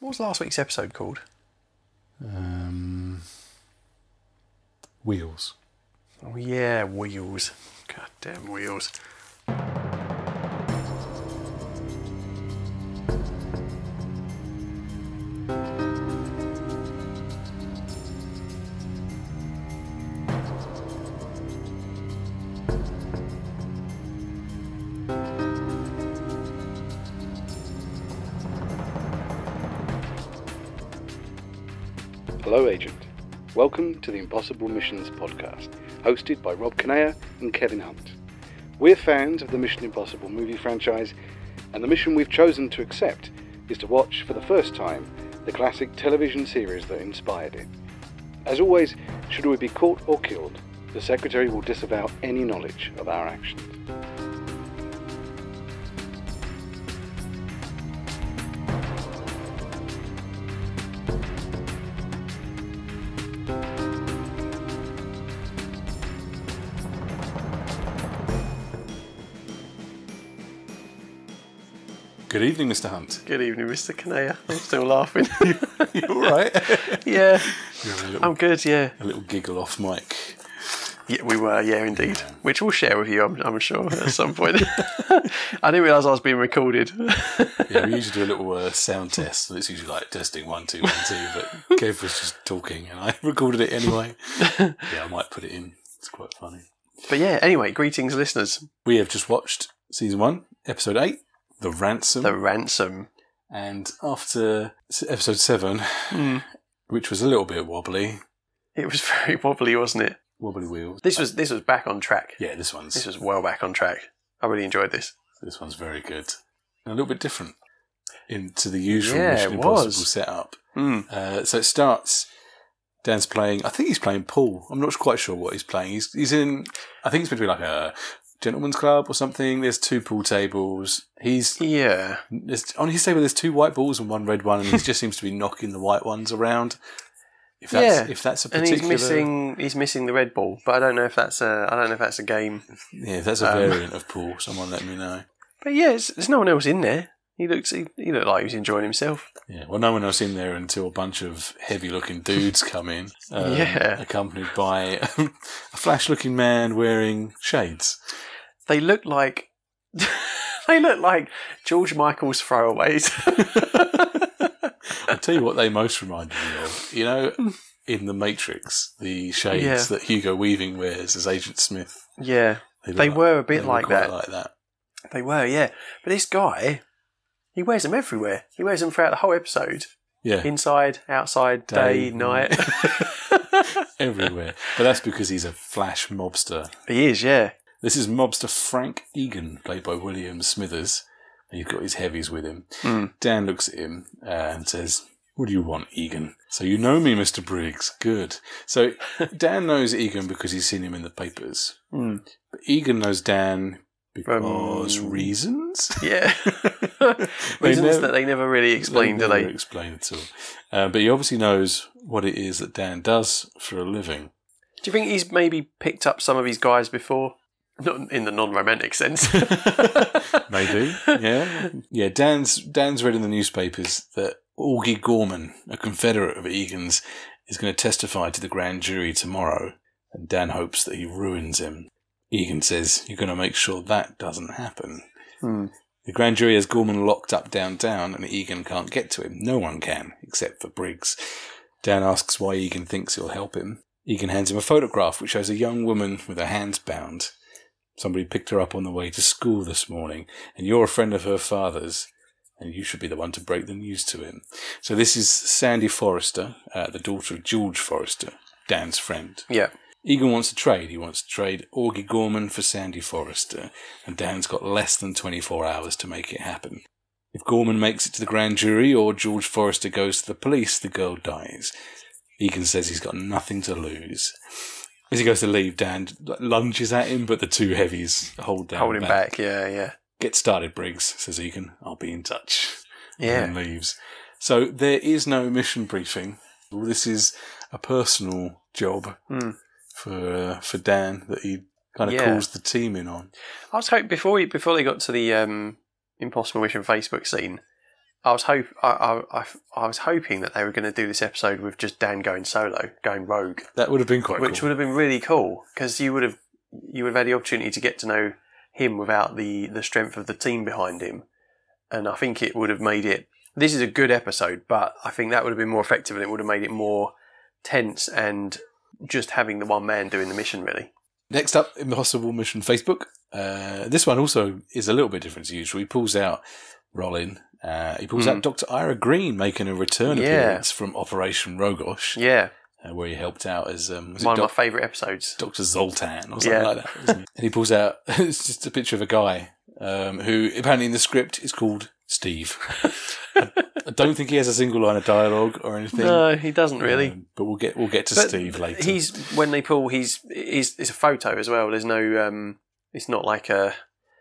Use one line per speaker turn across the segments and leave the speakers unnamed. What was last week's episode called?
Um, wheels.
Oh yeah, wheels. God damn wheels.
Hello, Agent. Welcome to the Impossible Missions podcast, hosted by Rob Kinnear and Kevin Hunt. We're fans of the Mission Impossible movie franchise, and the mission we've chosen to accept is to watch for the first time the classic television series that inspired it. As always, should we be caught or killed, the Secretary will disavow any knowledge of our actions.
Good evening, Mr. Hunt.
Good evening, Mr. Kinnear. I'm still laughing.
You all right?
yeah,
You're having a little,
I'm good. Yeah,
a little giggle off mic.
yeah, we were. Yeah, indeed. Which we'll share with you, I'm, I'm sure, at some point. I didn't realise I was being recorded.
Yeah, we usually do a little uh, sound test, and it's usually like testing one, two, one, two. But Kev was just talking, and I recorded it anyway. Yeah, I might put it in. It's quite funny.
but yeah, anyway, greetings, listeners.
We have just watched season one, episode eight, The Ransom.
The ransom.
And after s- episode seven, which was a little bit wobbly,
It was very wobbly, wasn't it?
wobbly wheels.
This was this was back on track.
Yeah, this one's
This was well back on track. I really enjoyed this.
This one's very good. And a little bit different into the usual
Yeah,
Mission
it
Impossible
was.
setup.
Mm.
Uh, so it starts. Dan's playing. I think he's playing Paul. I'm not quite sure what he's playing. He's he's in. I think it's meant to be like a gentleman's club or something. There's two pool tables. He's
Yeah.
there's, on his table. There's two white balls and one red one, and he just seems to be knocking the white ones around. If that's
Yeah.
if that's a
and
particular
he's missing he's missing the red ball, but I don't know if that's a I don't know if that's a game.
yeah, if that's a
um,
variant of Paul, someone let me know.
But yeah, it's, there's no one else in there. He looks he, he looked like he was enjoying himself.
Yeah, well, no one else in there until a bunch of heavy-looking dudes come in, um,
Yeah.
accompanied by a flash-looking man wearing shades.
They look like they look like George Michael's throwaways.
I'll tell you what they most reminded me of. You know, in The Matrix, the shades
Yeah.
that Hugo Weaving wears as Agent Smith.
yeah,
look
They were a bit
they were
like
quite
that.
Like that.
they were. Yeah, but this guy, he wears them everywhere. He wears them throughout the whole episode,
Yeah,
inside, outside, day,
Day,
night.
everywhere. But that's because he's a flash mobster.
he is. Yeah,
This is mobster Frank Egan, played by William Smithers. And you've got his heavies with him.
Hmm.
Dan looks at him uh, and says, What do you want, Egan? So you know me, Mr. Briggs. Good. So Dan knows Egan because he's seen him in the papers.
Mm.
But Egan knows Dan because
Um,
reasons?
yeah. Reasons
never-
that they never really explain, do
never
they?
Explain at all. Uh, but he obviously knows what it is that Dan does for a living.
Do you think he's maybe picked up some of his guys before? Not in the non-romantic sense.
Maybe, yeah, yeah. Dan's Dan's read in the newspapers that Augie Gorman, a Confederate of Egan's, is going to testify to the grand jury tomorrow, and Dan hopes that he ruins him. Egan says, "You're going to make sure that doesn't happen."
Hmm.
The grand jury has Gorman locked up downtown, and Egan can't get to him. No one can, except for Briggs. Dan asks why Egan thinks he'll help him. Egan hands him a photograph which shows a young woman with her hands bound. Somebody picked her up on the way to school this morning, and you're a friend of her father's, and you should be the one to break the news to him. So this is Sandy Forrester, uh, the daughter of George Forrester, Dan's friend.
yeah.
Egan wants to trade. He wants to trade Augie Gorman for Sandy Forrester, and Dan's got less than 24 hours to make it happen. If Gorman makes it to the grand jury or George Forrester goes to the police, the girl dies. Egan says he's got nothing to lose. As he goes to leave, Dan lunges at him, but the two heavies hold Dan
Hold him back. Yeah, yeah.
Get started, Briggs, says Egan. I'll be in touch
Yeah.
and leaves. So there is no mission briefing. Well, This is a personal job
Hmm.
for uh, for Dan that he kind of
Yeah.
calls the team in on.
I was hoping before we, before they got to the um, Impossible Mission Facebook scene, I was hope I, I, I, I was hoping that they were going to do this episode with just Dan going solo, going rogue,
That would have been quite
which
cool.
would have been really cool because you would have you would have had the opportunity to get to know him without the the strength of the team behind him, and I think it would have made it. This is a good episode, but I think that would have been more effective, and it would have made it more tense and just having the one man doing the mission really.
Next up, Impossible Mission Facebook. Uh, this one also is a little bit different to usual. He pulls out Rollin. Uh, he pulls
Mhm.
out Dr. Ira Green making a return
Yeah.
appearance from Operation Rogosh,
Yeah,
uh, where he helped out as um, was it
one of
Doc-
my favourite episodes.
Dr. Zoltan or something
Yeah.
like that. isn't it? and he pulls out, it's just a picture of a guy um, who apparently in the script is called Steve. I don't think he has a single line of dialogue or anything.
No, he doesn't really.
Um, but we'll get we'll get to
But
Steve later.
He's when they pull, he's he's it's a photo as well. There's no, um, it's not like a,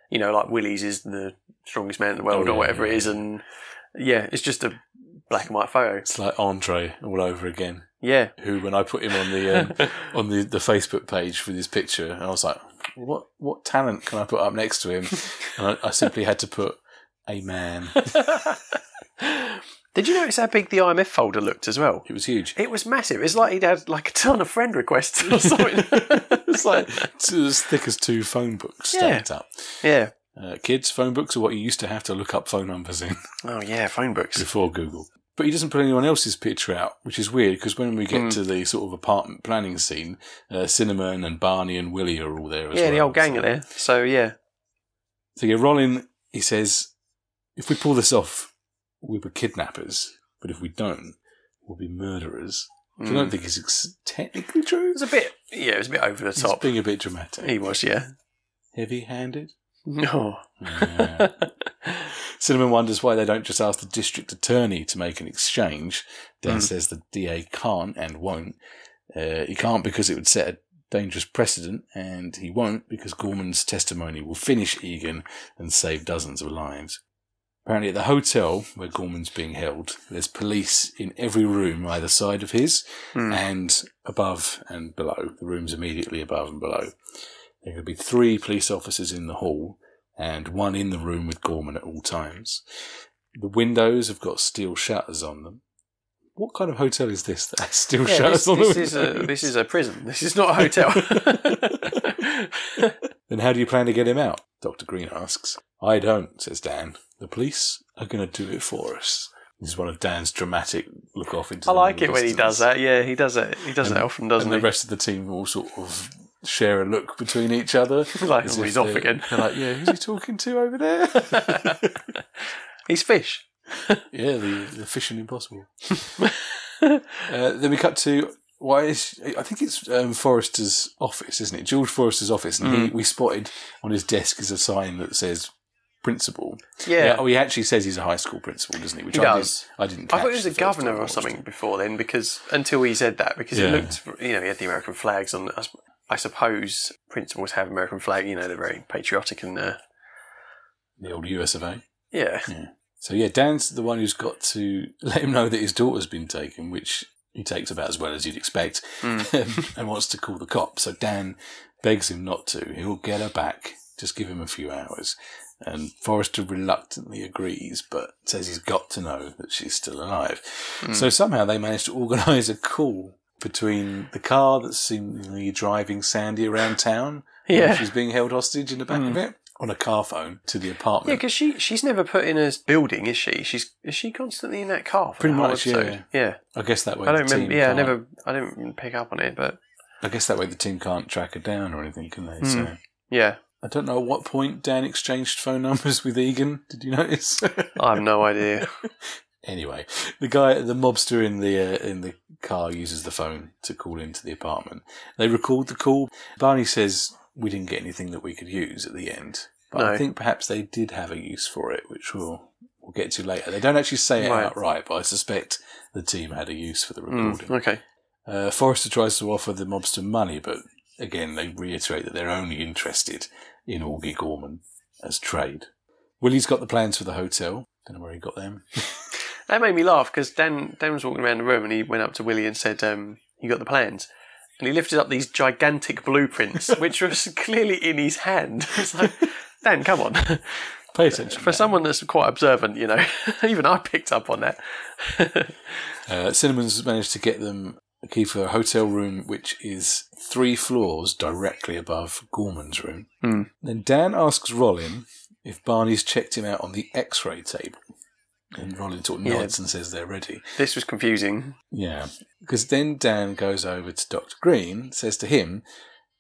you know, like Willie's is the strongest man in the world
Oh,
or
yeah,
whatever
yeah,
it is, and yeah, it's just a black and white photo.
it's like Andre all over again.
Yeah,
Who, when I put him on the um, on the, the Facebook page with his picture, and I was like, what what talent can I put up next to him? And I, I simply had to put a man.
Did you notice how big the IMF folder looked as well?
It was huge.
It was massive. It's like he'd had like a ton of friend requests or something.
It's like it's as thick as two phone books
Yeah.
stacked up.
yeah.
Uh, kids, phone books are what you used to have to look up phone numbers in
Oh yeah, phone books.
before Google. But he doesn't put anyone else's picture out, which is weird because when we get
Hmm.
to the sort of apartment planning scene, uh, Cinnamon and Barney and Willie are all there as
Yeah,
well.
the old gang
so.
are there. So yeah,
So yeah, Rollin, he says, if we pull this off, we'll be kidnappers, but if we don't, we'll be murderers. Which I don't
Mm.
think is ex- technically true.
it was a bit. Yeah, it was a bit over the
It's
top.
being a bit dramatic.
He was, yeah. Oh.
Heavy-handed.
No.
Yeah. Cinnamon wonders why they don't just ask the district attorney to make an exchange. Dan
Mm.
says the DA can't and won't. Uh, he can't because it would set a dangerous precedent, and he won't because Gorman's testimony will finish Egan and save dozens of lives. Apparently, at the hotel where Gorman's being held, there's police in every room either side of his
Hmm.
and above and below. The rooms immediately above and below. There could be three police officers in the hall and one in the room with Gorman at all times. The windows have got steel shutters on them. What kind of hotel is this that has steel
Yeah,
shutters
this,
on
this
the
is a
windows?
this is a prison. This is not a hotel.
Then how do you plan to get him out? Dr. Green asks. I don't, says Dan. The police are going to do it for us. This is one of Dan's dramatic look off into
I
the
like it
middle
when he does
distance.
that. Yeah, he does it. He does
And-
it often, doesn't
and
he?
the rest of the team all sort of share a look between each other.
Like,
as
"Oh,
if
he's off
they're-
again."
They're like, yeah, who's he talking to over there?
He's fish.
yeah, the, the Fishing Impossible. uh, then we cut to why is I think it's um, Forrester's office, isn't it? George Forrester's office, and
Mm.
he, we spotted on his desk is a sign that says principal.
Yeah,
oh, he actually says he's a high school principal, doesn't he? Which
He
I
does.
Didn't, I didn't.
I thought
catch
he was
the
a
first time I
governor or
watched
something
it.
before then, because until he said that, because
Yeah.
it looked, you know, he had the American flags on. I sup- I suppose principals have American flag. You know, they're very patriotic and uh,
The old US of A.
yeah,
So yeah, Dan's the one who's got to let him know that his daughter's been taken, which he takes about as well as you'd expect,
Hmm.
um, and wants to call the cops. So Dan begs him not to. He'll get her back. Just give him a few hours. And Forrester reluctantly agrees, but says he's got to know that she's still alive.
Hmm.
So somehow they manage to organise a call between the car that's seemingly driving Sandy around town, while
Yeah. Hmm.
she's being held hostage in the back of it, on a car phone to the
yeah.
apartment.
Because she she's never put in a building, is she? She's is she constantly in that car? For
Pretty
the whole
much,
episode? yeah.
I guess that way.
I
the
don't remember.
team
Yeah, I
can't-
never. I didn't pick up on it, but
I guess that way the team can't track her down or anything, can they?
Hmm.
So
yeah,
I don't know at what point Dan exchanged phone numbers with Egan. Did you notice?
I have no idea.
anyway, the guy, the mobster in the uh, in the car, uses the phone to call into the apartment. They record the call. Barney says we didn't get anything that we could use at the end, but I
No.
think perhaps they did have a use for it, which we'll we'll get to later. They don't actually say it
Right.
outright, but I suspect the team had a use for the
Mm,
recording.
okay.
Uh, Forrester tries to offer the mobster money, but again, they reiterate that they're only interested in Augie Gorman as trade. Willie's got the plans for the hotel. Don't know where he got them.
That made me laugh because Dan Dan was walking around the room and he went up to Willie and said, um, "You got the plans." And he lifted up these gigantic blueprints, which was clearly in his hand. It's like, Dan, come on.
Pay attention.
For someone that's quite observant, you know, even I picked up on that.
Uh, Cinnamon's managed to get them a key for a hotel room, which is three floors directly above Gorman's room.
Hmm.
Then Dan asks Rollin if Barney's checked him out on the x ray table. And Rollin sort of
Yeah.
nods and says they're ready.
this was confusing.
Yeah. Because then Dan goes over to Dr. Green, says to him,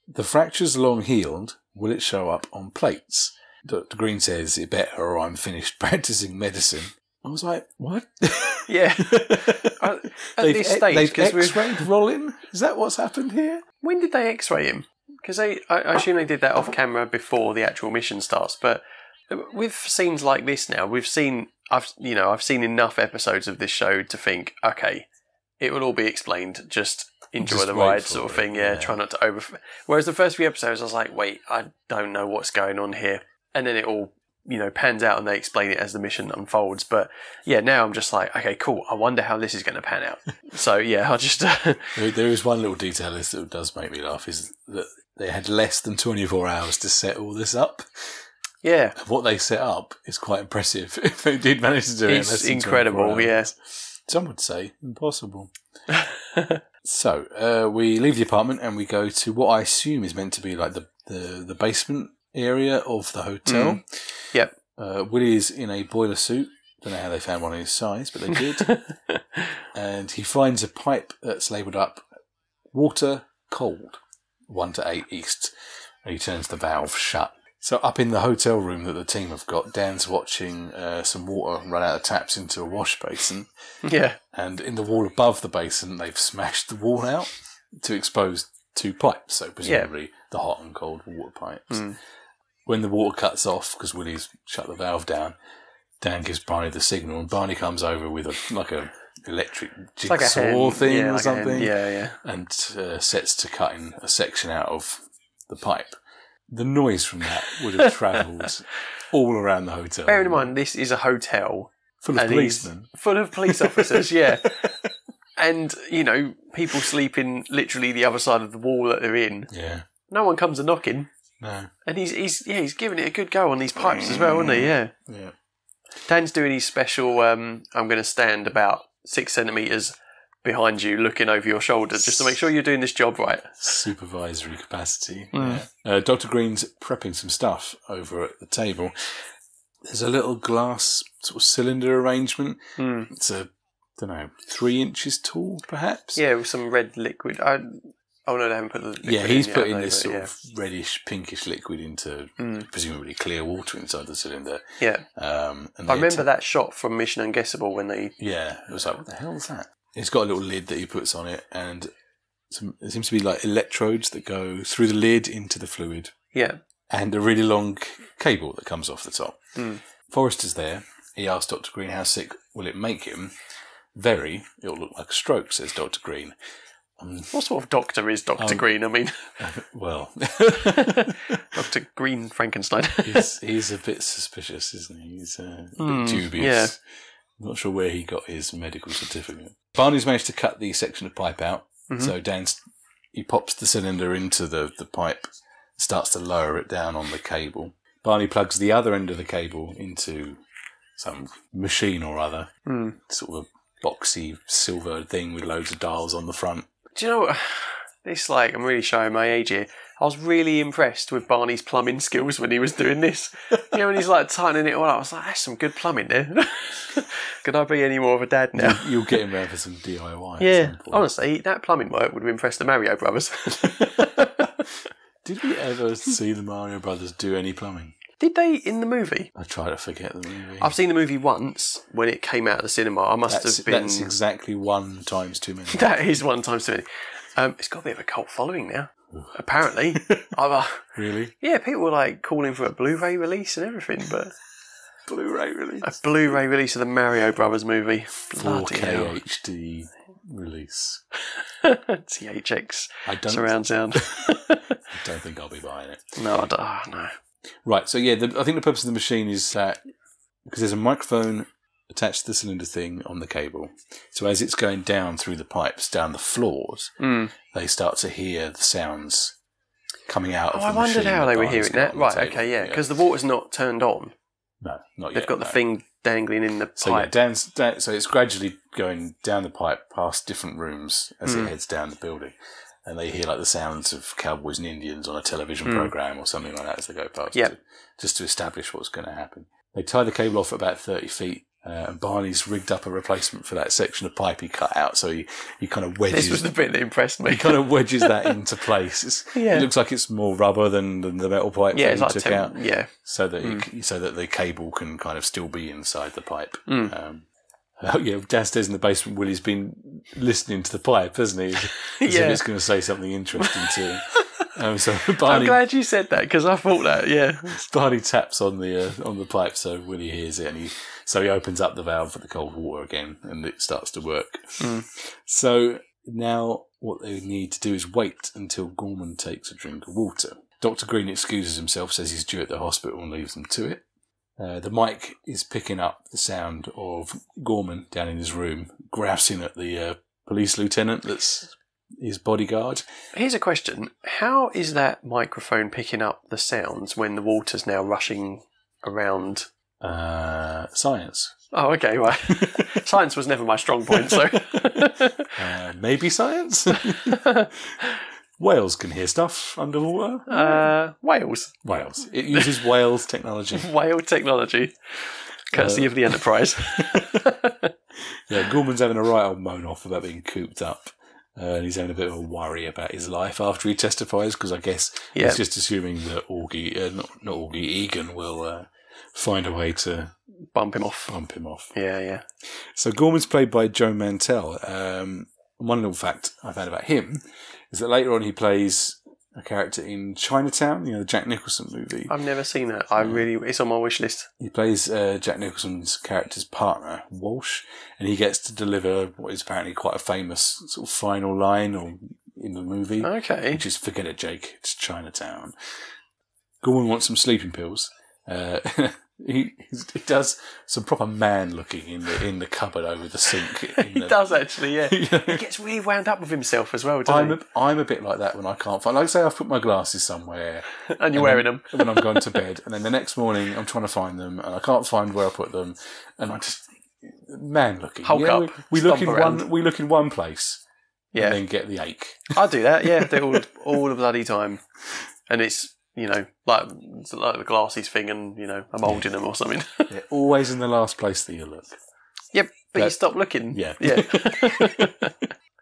The fracture's long healed. Will it show up on plates? Dr. Green says, It better, or I'm finished practicing medicine. I was like, What?
Yeah. At this stage,
they've
because we
x-rayed Rollin? Is that what's happened here?
when did they X-ray him? Because I, I assume they did that off camera before the actual mission starts. But uh, with scenes like this now, we've seen I've you know I've seen enough episodes of this show to think, okay, it will all be explained. Just enjoy
Just
the
wait
ride,
for
sort of
it,
thing. Yeah,
yeah.
try not to over. Whereas the first few episodes, I was like, wait, I don't know what's going on here, and then it all you know pans out and they explain it as the mission unfolds. But yeah, now I'm just like, okay, cool. I wonder how this is going to pan out. so yeah, I just
There, there is one little detail this that does make me laugh is that they had less than 24 hours to set all this up.
yeah.
What they set up is quite impressive if they did manage to do it. in
It's
less than 24
incredible,
hours.
yeah.
Some would say impossible. so uh, we leave the apartment and we go to what I assume is meant to be like the, the, the basement area of the hotel.
Yep.
Uh, Willie's in a boiler suit. Don't know how they found one in his size, but they did. and he finds a pipe that's labelled up water cold, 1 to 8 east. And he turns the valve shut. So, up in the hotel room that the team have got, Dan's watching uh, some water run out of taps into a wash basin.
Yeah.
And in the wall above the basin, they've smashed the wall out to expose two pipes. So, presumably the hot and cold water pipes.
Mm.
When the water cuts off, because Willie's shut the valve down, Dan gives Barney the signal, and Barney comes over with a like a electric
It's
jigsaw thing
yeah,
or
like a hand,
something
Yeah, yeah.
and uh, sets to cutting a section out of the pipe. The noise from that would have travelled all around the hotel.
Bear in mind, this is a hotel
full of
and he's-
policemen.
full of police officers. yeah, and you know, people sleeping literally the other side of the wall that they're in.
Yeah,
No one comes a knocking,
no,
and he's he's yeah he's giving it a good go on these pipes as well, isn't he? Yeah.
yeah,
Dan's doing his special. Um, I'm going to stand about six centimeters behind you, looking over your shoulder, just to make sure you're doing this job right.
supervisory capacity.
Mm.
Yeah. Uh, Doctor Green's prepping some stuff over at the table. There's a little glass sort of cylinder arrangement.
Hmm.
It's a don't know three inches tall, perhaps.
Yeah, with some red liquid. I, oh no, they haven't put the. Liquid
Yeah, he's
in yet,
putting
have they?
this
But
sort of reddish, pinkish liquid into
yeah. Mm.
presumably clear water inside the cylinder.
Yeah,
Um, and
I
they
remember
atta-
that shot from Mission Unguessable when they.
Yeah, it was like, what the hell is that? It's got a little lid that he puts on it, and some, there seems to be like electrodes that go through the lid into the fluid,
Yeah,
and a really long c- cable that comes off the top.
Hmm.
Forrester's there. He asks Dr. Green how sick will it make him. Very. It'll look like a stroke, says Dr. Green. Um,
what sort of doctor is Doctor
Um,
Green? I mean,
well,
Doctor Green Frankenstein.
he's, he's a bit suspicious, isn't he? He's uh, a
Hmm,
bit dubious.
yeah.
Not sure where he got his medical certificate. Barney's managed to cut the section of pipe out,
Mhm.
so Dan's he pops the cylinder into the, the pipe, starts to lower it down on the cable. Barney plugs the other end of the cable into some machine or other,
Hmm.
sort of a boxy silver thing with loads of dials on the front.
Do you know? what- This like I'm really showing my age here. I was really impressed with Barney's plumbing skills when he was doing this. You know, when he's like tightening it all up, I was like, "That's some good plumbing there." Could I be any more of a dad now?
You'll get him round for some DIY. at
Yeah,
some point.
honestly, that plumbing work would have impressed the Mario Brothers.
Did we ever see the Mario Brothers do any plumbing?
Did they in the movie?
I try to forget the movie.
I've seen the movie once when it came out of the cinema. I must
that's,
have been.
that's exactly one times too many.
That is one times too many. Um, it's got a bit of a cult following now. Apparently, I'm, uh,
really?
yeah, people were like calling for a Blu-ray release and everything, but
Blu-ray release.
a Blu-ray release of the Mario Brothers movie, bloody
4K HD release.
hell. THX
I don't.
surround sound.
I don't think I'll be buying it.
no, I don't, oh, no.
Right. So yeah, the, I think the purpose of the machine is that because there's a microphone attached to the cylinder thing on the cable. So as it's going down through the pipes down the floors,
Mm.
they start to hear the sounds coming out.
Oh,
of
I
the
wondered
machine
how they were
Barney's
hearing
got
that.
on the
Right,
table.
okay, yeah, because the water's not turned on.
No, not
They've
yet.
got the
no.
thing dangling in the
So yeah,
pipe.
down, down, so it's gradually going down the pipe past different rooms as
Mm.
it heads down the building, and they hear like the sounds of cowboys and Indians on a television
Mm.
program or something like that as they go past.
Yep.
to- just to establish what's going to happen. They tie the cable off at about thirty feet. Uh, and Barney's rigged up a replacement for that section of pipe he cut out, so he, he kind of wedges
This was the bit that impressed me.
he kind of wedges that into place. It's,
Yeah.
It looks like it's more rubber than, than the metal pipe
yeah,
that
it's
he
like
took
tem-
out,
yeah,
so that
Hmm.
he c so that the cable can kind of still be inside the pipe.
Mm.
Um, oh yeah, downstairs in the basement, Willie's been listening to the pipe, hasn't he? As if
yeah.
it's going to say something interesting to him. Um, so
I'm
Barney,
glad you said that because I thought that. Yeah,
Barney taps on the uh, on the pipe, so Willie hears it, and he so he opens up the valve for the cold water again, and it starts to work.
Mm.
So now what they need to do is wait until Gorman takes a drink of water. Doctor Green excuses himself, says he's due at the hospital, and leaves them to it. Uh, the mic is picking up the sound of Gorman down in his room, grousing at the uh, police lieutenant that's his bodyguard.
Here's a question: How is that microphone picking up the sounds when the water's now rushing around?
Uh, science.
Oh, okay. Well, science was never my strong point, so
Uh, maybe science? Whales can hear stuff underwater.
uh, whales,
Whales. It uses whales technology.
whale technology, courtesy of the Enterprise.
Yeah, Gorman's having a right old moan off about being cooped up. Uh, and he's having a bit of a worry about his life after he testifies, because I guess
yeah,
he's just assuming that Augie, uh, not, not Augie, Egan will uh, find a way to
bump him off.
bump him off.
Yeah, yeah.
So Gorman's played by Joe Mantell. Um, one little fact I found about him is that later on he plays a character in Chinatown, you know, the Jack Nicholson movie.
I've never seen that. I really, it's on my wish list.
He plays uh, Jack Nicholson's character's partner, Walsh, and he gets to deliver what is apparently quite a famous sort of final line or in the movie,
Okay.
which is "Forget it, Jake. It's Chinatown." Gorman wants some sleeping pills. Uh, he, he does some proper man looking in the in the cupboard over the sink. In
He
the-
does actually, yeah.
You know?
He gets really wound up with himself as well, doesn't
I'm a, I'm a bit like that when I can't find. Like, say I've put my glasses somewhere
he? And you're wearing them.
when I'm going to bed, and then the next morning I'm trying to find them, and I can't find where I put them, and I just man looking.
Hulk up,
we, we look in
stomp around.
one. We look in one place,
Yeah.
and then get the ache.
I do that, yeah, I do it all all the bloody time, and it's you know like it's like the glasses thing, and you know I'm holding them or something.
They're always in the last place that you look.
yep, but
Yeah.
you stop looking.
Yeah.
yeah. but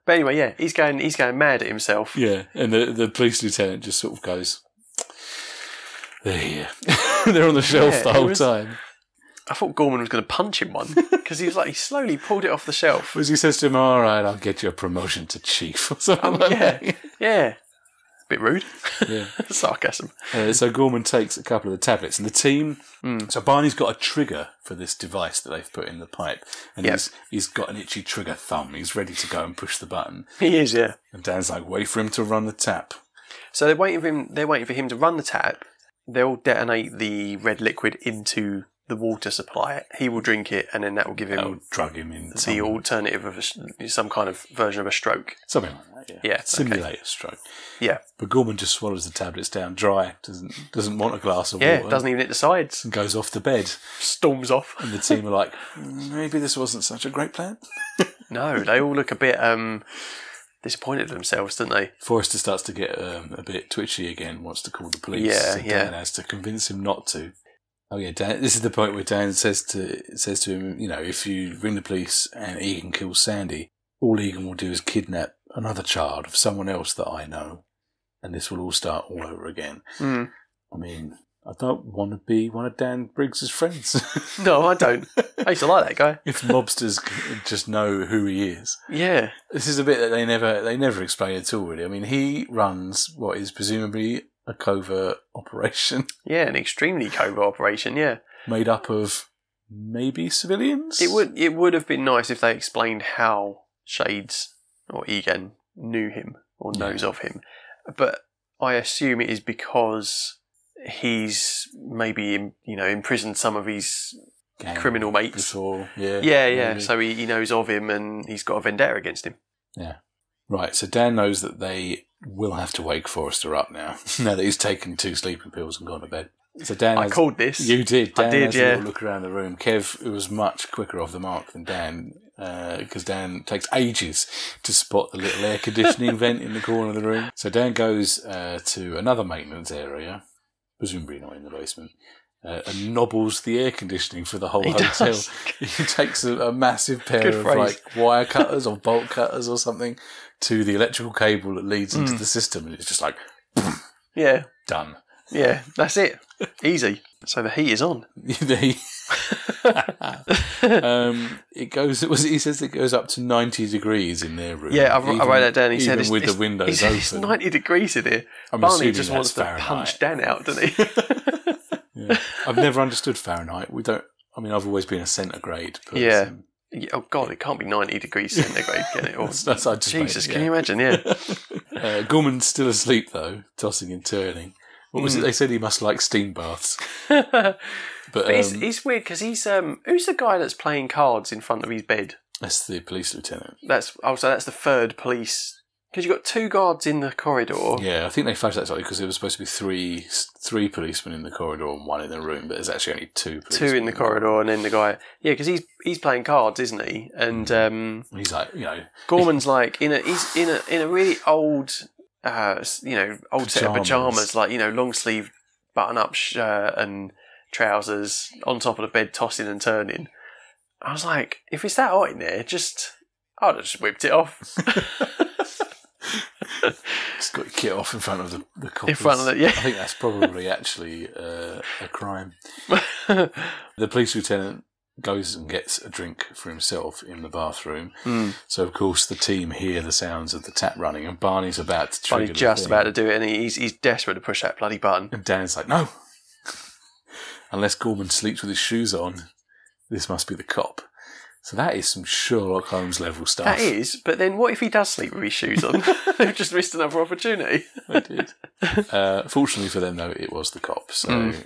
anyway, yeah, he's going he's going mad at himself.
Yeah, and the the police lieutenant just sort of goes, "They're here. They're on the shelf
Yeah,
the
it
whole
was-
time."
I thought Gorman was going to punch him one because he was like he slowly pulled it off the shelf.
As he says to him, "All right, I'll get you a promotion to chief or something."
Um,
like
yeah.
that.
Yeah, bit rude.
yeah.
Sarcasm.
Uh, so Gorman takes a couple of the tablets, and the team.
Mm.
So Barney's got a trigger for this device that they've put in the pipe, and
Yep.
he's he's got an itchy trigger thumb. He's ready to go and push the button.
He is, yeah.
And Dan's like, "Wait for him to run the tap."
So they're waiting for him. They're waiting for him to run the tap. They'll detonate the red liquid into the water supply. He will drink it, and then that will give him
I'll drug him in
the
some,
alternative of a s some kind of version of a stroke.
something like that. Yeah,
Yeah, okay.
simulate a stroke.
Yeah,
But Gorman just swallows the tablets down dry. Doesn't doesn't want a glass of
yeah.
water.
Doesn't even hit the sides.
and goes off to bed.
Storms off.
And the team are like, "Mm, "Maybe this wasn't such a great plan."
No, they all look a bit um, disappointed in themselves, don't they?
Forrester starts to get um, a bit twitchy again, wants to call the police.
Yeah,
so
yeah.
Dan has to convince him not to. Oh yeah, Dan, this is the point where Dan says to says to him, you know, if you ring the police and Egan kills Sandy, all Egan will do is kidnap another child of someone else that I know, and this will all start all over again.
Mm.
I mean, I don't want to be one of Dan Briggs's friends.
No, I don't. I used to like that guy.
if mobsters c- just know who he is,
Yeah,
this is a bit that they never they never explain at all really. I mean, he runs what is presumably a covert operation
yeah. An extremely covert operation. Yeah.
made up of maybe civilians.
It would it would have been nice if they explained how Shades or Egan knew him or knows of him, but I assume it is because he's maybe you know imprisoned some of his
Gang
criminal mates.
before, yeah,
Yeah, yeah.
maybe.
So he, he knows of him and he's got a vendetta against him.
right, so Dan knows that they will have to wake Forrester up now. now that he's taken two sleeping pills and gone to bed. So Dan,
I
has-
called this.
you did.
I
Dan
did,
has a
yeah.
little look around the room. Kev was much quicker off the mark than Dan because Dan takes ages to spot the little air conditioning vent in the corner of the room. So Dan goes uh, to another maintenance area, presumably not in the basement. Uh, and nobbles the air conditioning for the whole
He does.
hotel. He takes a, a massive pair
Good
of
phrase.
like wire cutters or bolt cutters or something to the electrical cable that leads
Mm.
into the system, and it's just like
Yeah,
done.
yeah, that's it. Easy. So the heat is on.
They- um, it goes. It was. He says it goes up to ninety degrees in their room.
Yeah, I, wr- I
even-
wrote that down. He
even
said it's,
with
it's-
the windows
he said
open.
It's 90 degrees in here.
I'm
Barney
assuming
just
that's
wants to punch Dan out, doesn't he?
Yeah. I've never understood Fahrenheit. We don't. I mean, I've always been a centigrade. Person.
Yeah. Yeah, oh God, it can't be 90 degrees centigrade, can it? Or,
That's, that's I just made it,
Jesus,
yeah.
can you imagine? Yeah.
Uh, Gorman's still asleep though, tossing and turning. What was it?
Hmm.
They said he must like steam baths,
but
but,
it's,
um,
it's weird because he's um, who's the guy that's playing cards in front of his bed?
that's the police lieutenant.
That's oh, so that's the third police because you've got two guards in the corridor.
Yeah, I think they flashed that slightly because there was supposed to be three three policemen in the corridor and one in the room, but there's actually only two. Policemen.
Two in the corridor, and then the guy, yeah, because he's he's playing cards, isn't he? And um,
And He's like, you know,
Gorman's like in a he's in a in a really old uh s- you know old set of
Pyjamas.
pajamas like you know long sleeve button up shirt and trousers on top of the bed tossing and turning. I was like, if it's that hot in there, just I'd have just whipped it off
just got your kit off in front of the, the coppers.
in front of the yeah.
I think that's probably actually uh, a crime. The police lieutenant goes and gets a drink for himself in the bathroom.
Hmm.
So of course the team hear the sounds of the tap running, and Barney's about to trigger.
Funny,
the
just
thing.
about to do it, and he's he's desperate to push that bloody button.
And Dan's like, no. Unless Gorman sleeps with his shoes on, this must be the cop. So that is some Sherlock Holmes level stuff.
That is, but then what if he does sleep with his shoes on? They've just missed another opportunity.
They did. Uh, fortunately for them, though, it was the cop. So they,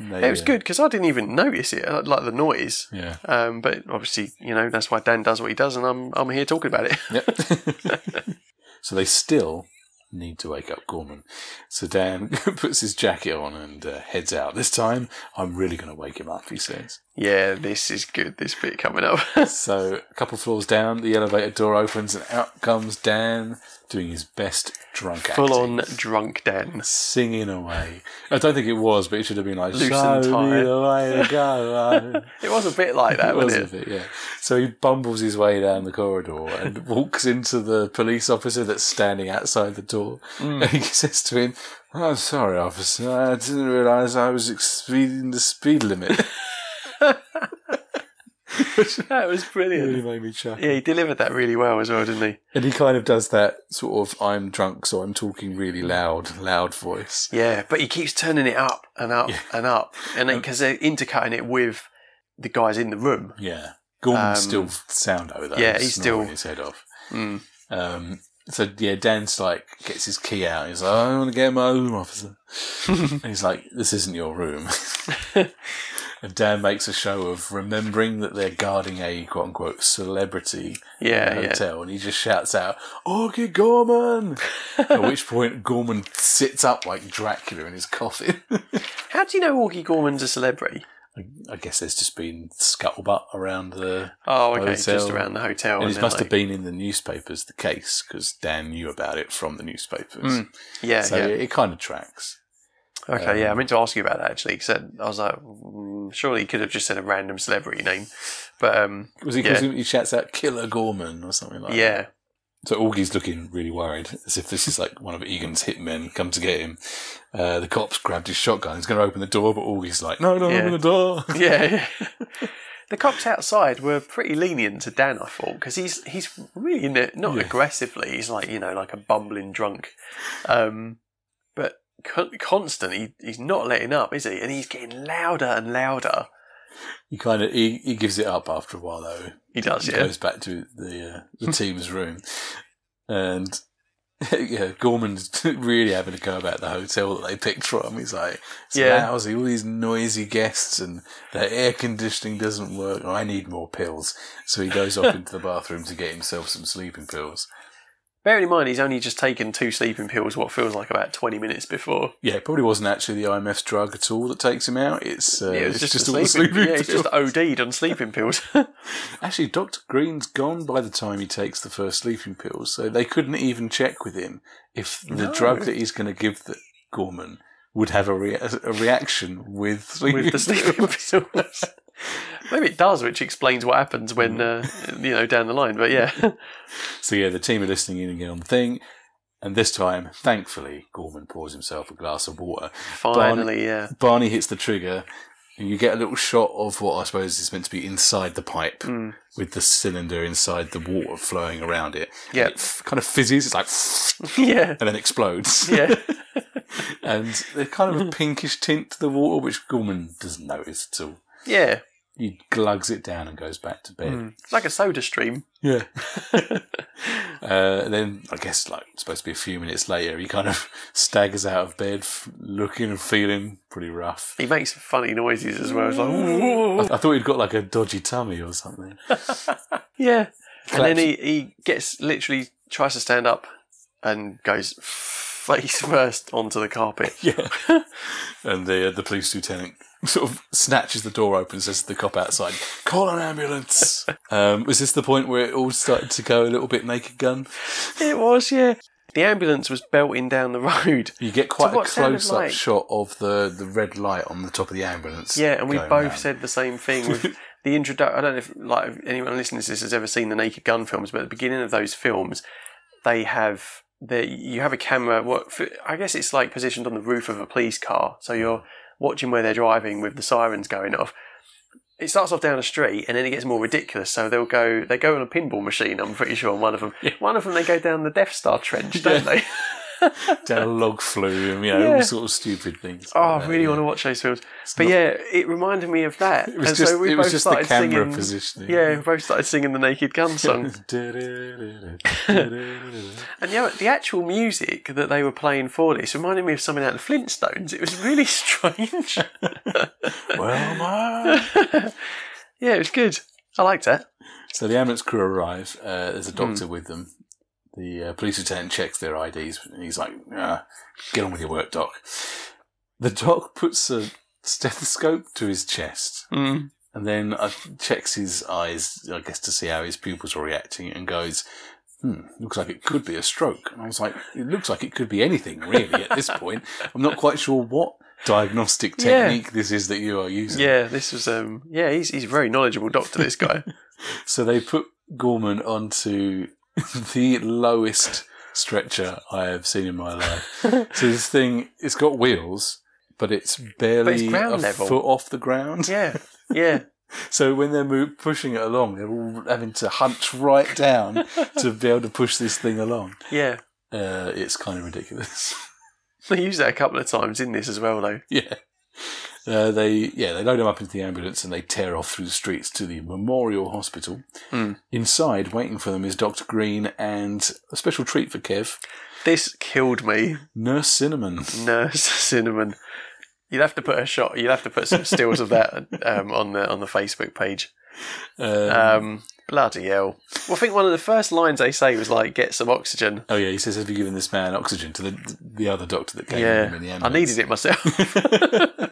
Mm. It was
uh,
good because I didn't even notice it, I- like the noise.
Yeah.
Um, but obviously, you know that's why Dan does what he does, and I'm I'm here talking about it.
Yep. so they still need to wake up Gorman. So Dan puts his jacket on and uh, heads out. This time, I'm really going to wake him up, he says.
yeah, this is good. This bit coming up.
So a couple floors down, the elevator door opens and out comes Dan doing his best drunk
Full
acting.
on drunk Dan.
Singing away. I don't think it was, but it should have been like,
Loose and
Show me
tight.
the way to go.
It was a bit like that,
It was
wasn't
a
it?
bit, yeah. So he bumbles his way down the corridor and walks into the police officer that's standing outside the door.
Mm.
And he says to him, "I'm sorry, officer. I didn't realise I was exceeding the speed limit."
That was
It
brilliant.
really made me chuckle.
Yeah, he delivered that really well as well, didn't
And he kind of does that sort of "I'm drunk, so I'm talking really loud, loud voice."
he? Yeah, but he keeps turning it up and up and up, and because they're intercutting it with the guys in the room.
Yeah, Gorman's
Um,
still sound though.
yeah, he's
snoring
still-
his head off.
Mm.
Um, so yeah, Dan's like gets his key out. He's like, I want to get my own officer. and he's like, this isn't your room. and Dan makes a show of remembering that they're guarding a quote unquote celebrity
Yeah, yeah.
hotel, and he just shouts out, "Okay, Gorman!" At which point, Gorman sits up like Dracula in his coffin.
How do you know Augie Gorman's a celebrity?
I guess there's just been scuttlebutt around the.
Oh, okay, just
Hotel.
around the hotel.
And it
then,
must have
Oh, like-
been in the newspapers, the case, because Dan knew about it from the newspapers.
Mm. Yeah,
so
yeah.
it, it kind of tracks.
Okay,
Um,
yeah, I meant to ask you about that actually because I was like, mm, surely you could have just said a random celebrity name, but um,
Was he?
Yeah.
Yeah. He shouts out "Killer Gorman" or something like that.
yeah,
So Augie's looking really worried, as if this is like one of Egan's hitmen come to get him. Uh, the cops grabbed his shotgun. He's going to open the door, but Augie's like, "No, don't
Yeah.
open the door."
yeah. the cops outside were pretty lenient to Dan, I thought, because he's he's really n- not
Yeah.
aggressively. He's like you know like a bumbling drunk, um, but con- constant. He, he's not letting up, is he? And he's getting louder and louder.
He kind of he, he gives it up after a while though.
He does,
He
yeah.
goes back to the uh, the team's room, and yeah, Gorman's really having a go about the hotel that they picked from. He's like, "It's
Yeah.
lousy, all these noisy guests, and the air conditioning doesn't work. I need more pills." So he goes off into the bathroom to get himself some sleeping pills.
Bearing in mind he's only just taken two sleeping pills, what feels like about twenty minutes before.
Yeah, it probably wasn't actually the IMF's drug at all that takes him out. It's, uh,
Yeah,
it's just, all
the
the sleeping
Yeah, it's
pills.
just OD'd on sleeping pills.
Actually, Dr. Green's gone by the time he takes the first sleeping pills, so they couldn't even check with him if the
No.
drug that he's going to give the Gorman would have a, rea- a reaction with sleeping
with the sleeping
pills.
pills. Maybe it does, which explains what happens when uh, you know down the line. But yeah,
So, yeah, the team are listening in again on the thing. And this time, thankfully, Gorman pours himself a glass of water.
finally, yeah,
Barney hits the trigger, and you get a little shot of what I suppose is meant to be inside the pipe,
Mm.
with the cylinder inside the water flowing around it.
Yeah.
And it f- kind of fizzes. It's like,
yeah,
and then explodes.
yeah.
and there's kind of a pinkish tint to the water, which Gorman doesn't notice at all.
Yeah,
He glugs it down and goes back to bed.
it's like a soda stream.
Yeah. uh, then I guess like it's supposed to be a few minutes later, he kind of staggers out of bed, f- looking and feeling pretty rough.
He makes funny noises as well. It's like,
I,
"Ooh."
I thought he'd got like a dodgy tummy or something.
yeah. And then he, he gets literally tries to stand up and goes face first onto the carpet.
Yeah. and the uh, the police lieutenant sort of snatches the door open and says to the cop outside, "Call an ambulance." um, was this the point where it all started to go a little bit naked gun?
It was, yeah. The ambulance was belting down the road.
You get quite a
what sounded
close up
like-
shot of the, the red light on the top of the ambulance.
Yeah, and we
going
both
round.
said the same thing with the introduction. I don't know if like if anyone listening to this has ever seen the Naked Gun films, but at the beginning of those films, they have the you have a camera. What f- I guess it's like positioned on the roof of a police car, so you're watching where they're driving with the sirens going off. It starts off down a street and then it gets more ridiculous. So they'll go, they go on a pinball machine. I'm pretty sure on one of them. One of them, they go down the Death Star trench, don't
Yeah.
they?
down a log flume, you know, all
Yeah.
sort of stupid things.
Oh,
like
I
that,
really
yeah.
want to watch those films. But
not-
yeah, it reminded me of that.
It was
and
just
so we
it was
both
just the
started
camera
singing,
positioning.
Yeah, we both started singing the Naked Gun song.
uh,
and yeah, the actual music that they were playing for this reminded me of something out of the Flintstones. It was really strange.
well, my.
yeah, it was good. I liked that.
So the ambulance crew arrive. Uh, there's a doctor
Hmm.
with them. The uh, police lieutenant checks their IDs and he's like, "Ah, "Get on with your work, doc." The doc puts a stethoscope to his chest
Mm.
and then uh, checks his eyes, I guess, to see how his pupils are reacting, and goes, "Hmm, looks like it could be a stroke." And I was like, "It looks like it could be anything, really." at this point, I'm not quite sure what diagnostic
Yeah.
technique this is that you are using.
Yeah, this was um yeah, he's he's a very knowledgeable doctor, this guy.
So they put Gorman onto the lowest stretcher I have seen in my life. so this thing, it's got wheels, but it's barely
ground
a
level.
foot off the ground.
yeah. Yeah.
So when they're mo- pushing it along, they're all having to hunch right down to be able to push this thing along.
Yeah.
Uh, it's kind of ridiculous.
They used that a couple of times in this as well though.
yeah. Uh, they yeah they load him up into the ambulance and they tear off through the streets to the Memorial Hospital.
Hmm.
Inside, waiting for them is Doctor Green and a special treat for Kev,
This killed me.
Nurse Cinnamon.
Nurse Cinnamon. You'd have to put a shot. You'd have to put some stills of that um, on the on the Facebook page.
Um,
Um, bloody hell! Well, I think one of the first lines they say was like, "Get some oxygen."
oh yeah, he says, "Have you given this man oxygen?" To the the other doctor that came with him
yeah,
in the
I
ambulance.
needed it myself.
and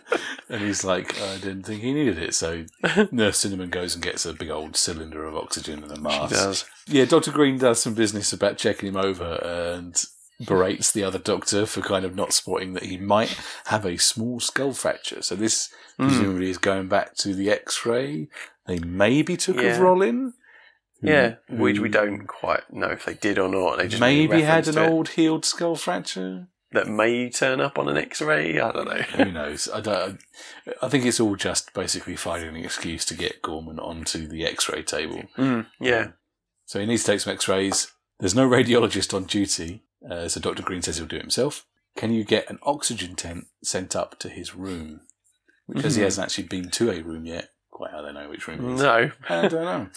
he's like, I didn't think he needed it. So Nurse Cinnamon goes and gets a big old cylinder of oxygen and a mask.
does.
Yeah, Dr. Green does some business about checking him over and berates the other doctor for kind of not spotting that he might have a small skull fracture. So this
Hmm.
presumably is going back to the x ray they maybe took
Yeah.
of Rollin. Hmm.
yeah, which we don't quite know if they did or not. They just made
Maybe had
reference
an
to it
old healed skull fracture.
that may turn up on an X-ray. I don't know.
Who knows? I don't. I think it's all just basically finding an excuse to get Gorman onto the X-ray table.
Mm, yeah,
So he needs to take some X-rays. There's no radiologist on duty, uh, so Doctor Green says he'll do it himself. Can you get an oxygen tent sent up to his room? Because he
Mhm.
hasn't actually been to a room yet. Quite how they know which room it is.
no,
I don't know.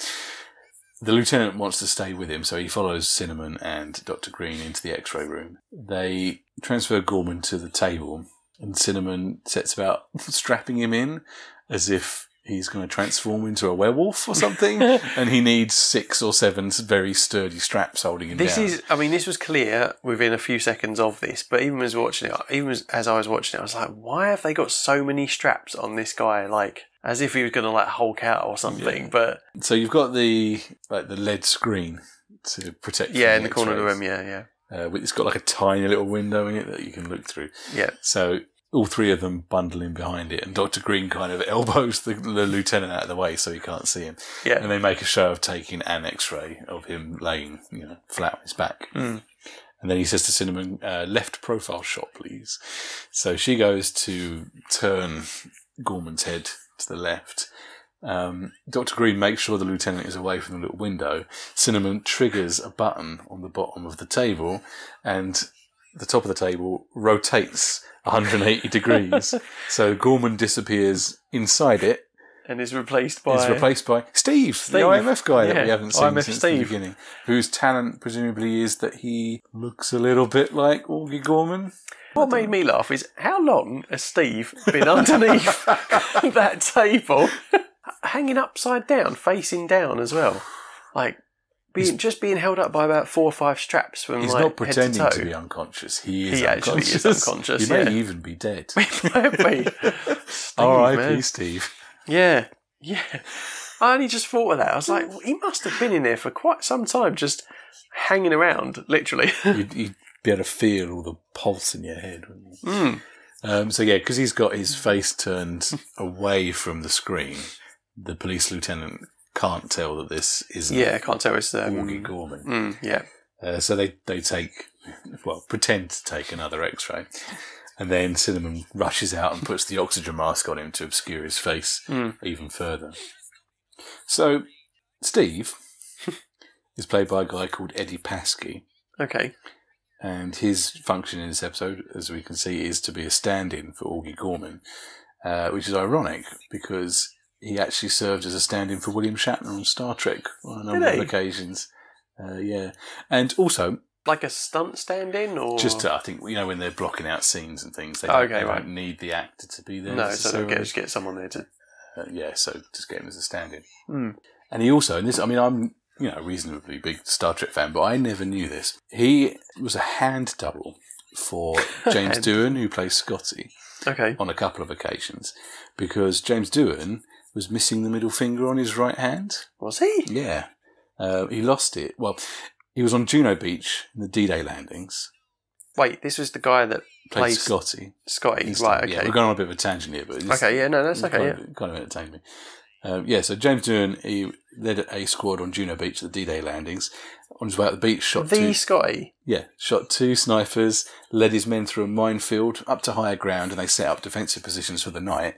The lieutenant wants to stay with him, so he follows Cinnamon and Dr. Green into the x ray room. They transfer Gorman to the table, and Cinnamon sets about strapping him in as if he's going to transform into a werewolf or something, and he needs six or seven very sturdy straps holding him
This
down.
is, I mean, this was clear within a few seconds of this, but even as watching it, even as, as I was watching it, I was like, why have they got so many straps on this guy? Like, as if he was going to like Hulk out or something. But
so you've got the like the lead screen to protect.
yeah, in
from
the corner of the
X-rays.
room, yeah, yeah,
Uh, with- it's got like a tiny little window in it that you can look through.
yeah.
So all three of them bundle in behind it, and Doctor Green kind of elbows the, the lieutenant out of the way so he can't see him.
Yeah.
And they make a show of taking an X-ray of him laying, you know, flat on his back.
Mm.
And then he says to Cinnamon, uh, "Left profile shot, please." So she goes to turn Gorman's head to the left. Um, Dr. Green makes sure the lieutenant is away from the little window. Cinnamon triggers a button on the bottom of the table, and the top of the table rotates 180 degrees. So Gorman disappears inside it.
And is replaced by
Is replaced by Steve, the
Steve.
IMF guy that
Yeah,
we haven't seen
IMF
since the
Steve.
beginning, whose talent presumably is that he looks a little bit like Augie Gorman.
What made me laugh is how long has Steve been underneath that table, hanging upside down, facing down as well, like being just being held up by about four or five straps from
He's
like
not pretending
head
to,
to, toe.
be unconscious. He is
He actually
unconscious.
is unconscious,
He may
yeah.
even be dead.
Might be. Steve,
R.I.P.
man.
Steve.
Yeah, yeah. I only just thought of that. I was like, well, he must have been in there for quite some time, just hanging around, literally.
You'd, you'd be able to feel all the pulse in your head. Wouldn't you?
Mm.
Um, so yeah, because he's got his face turned away from the screen, the police lieutenant can't tell that this is
Yeah, I can't tell it's um,
Augie Gorman.
mm, yeah,
Uh, so they, they take, well, pretend to take another x ray. And then Cinnamon rushes out and puts the oxygen mask on him to obscure his face
Mm.
even further. So Steve is played by a guy called Eddie Paskey.
okay,
And his function in this episode, as we can see, is to be a stand in for Augie Gorman, uh, which is ironic because he actually served as a stand in for William Shatner on Star Trek on a number of
he?
occasions. Uh, yeah. And also,
like a stunt stand-in or
just to, I think you know when they're blocking out scenes and things, they,
Oh,
don't,
okay,
they
right.
don't need the actor to be there.
no, so they'll
necessarily.
get, just get someone there to
Uh, yeah, so just get him as a stand-in.
Mm.
And he also, and this, I mean, I'm you know a reasonably big Star Trek fan, but I never knew this. He was a hand double for James
Hand-
Doohan, who plays Scotty,
okay.
on a couple of occasions, because James Doohan was missing the middle finger on his right hand.
Was he?
Yeah. Uh, he lost it. Well, he was on Juno Beach in the D-Day landings,
Wait, this was the guy that
played
plays
Scotty.
Scotty,
East
right?
End.
Okay,
Yeah, we're going on a bit of a tangent here, but it's,
okay, yeah, no, that's
it's
okay.
kind,
Yeah,
of, kind of entertaining me. Um, yeah, so James Doohan, he led a squad on Juno Beach at the D-Day landings. On his way out the beach, shot
the
two,
Scotty.
yeah, shot two snipers, led his men through a minefield up to higher ground, and they set up defensive positions for the night.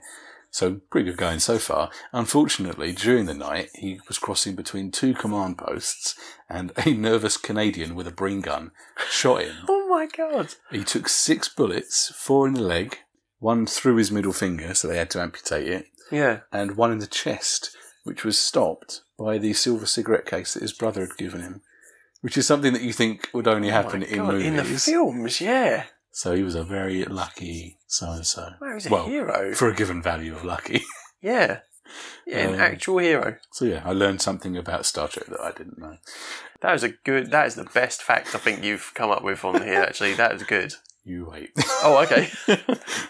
So pretty good going so far. Unfortunately, during the night, he was crossing between two command posts, and a nervous Canadian with a breen gun shot him.
Oh my god!
He took six bullets, four in the leg, one through his middle finger, so they had to amputate it,
Yeah,
and one in the chest, which was stopped by the silver cigarette case that his brother had given him, which is something that you think would only happen
Oh My
in
God,
movies.
in the films. Yeah,
so he was a very lucky so and so.
wow, he's a
Well,
hero.
For a given value of lucky.
yeah, yeah, an
Um,
actual hero.
so yeah, I learned something about Star Trek that I didn't know.
That was a good. That is the best fact I think you've come up with on here. Actually, that was good.
You wait.
Oh, okay.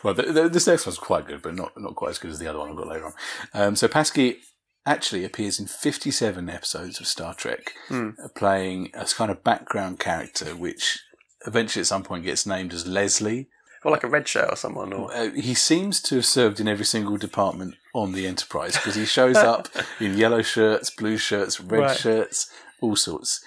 well, th th this next one's quite good, but not not quite as good as the other one I've got later on. Um, so Paskey actually appears in 57 episodes of Star Trek, uh,
Hmm.
playing a kind of background character, which eventually at some point gets named as Leslie.
Or like a red shirt or someone, or oh,
Uh, he seems to have served in every single department on the Enterprise because he shows up in yellow shirts, blue shirts, red
Right.
shirts, all sorts.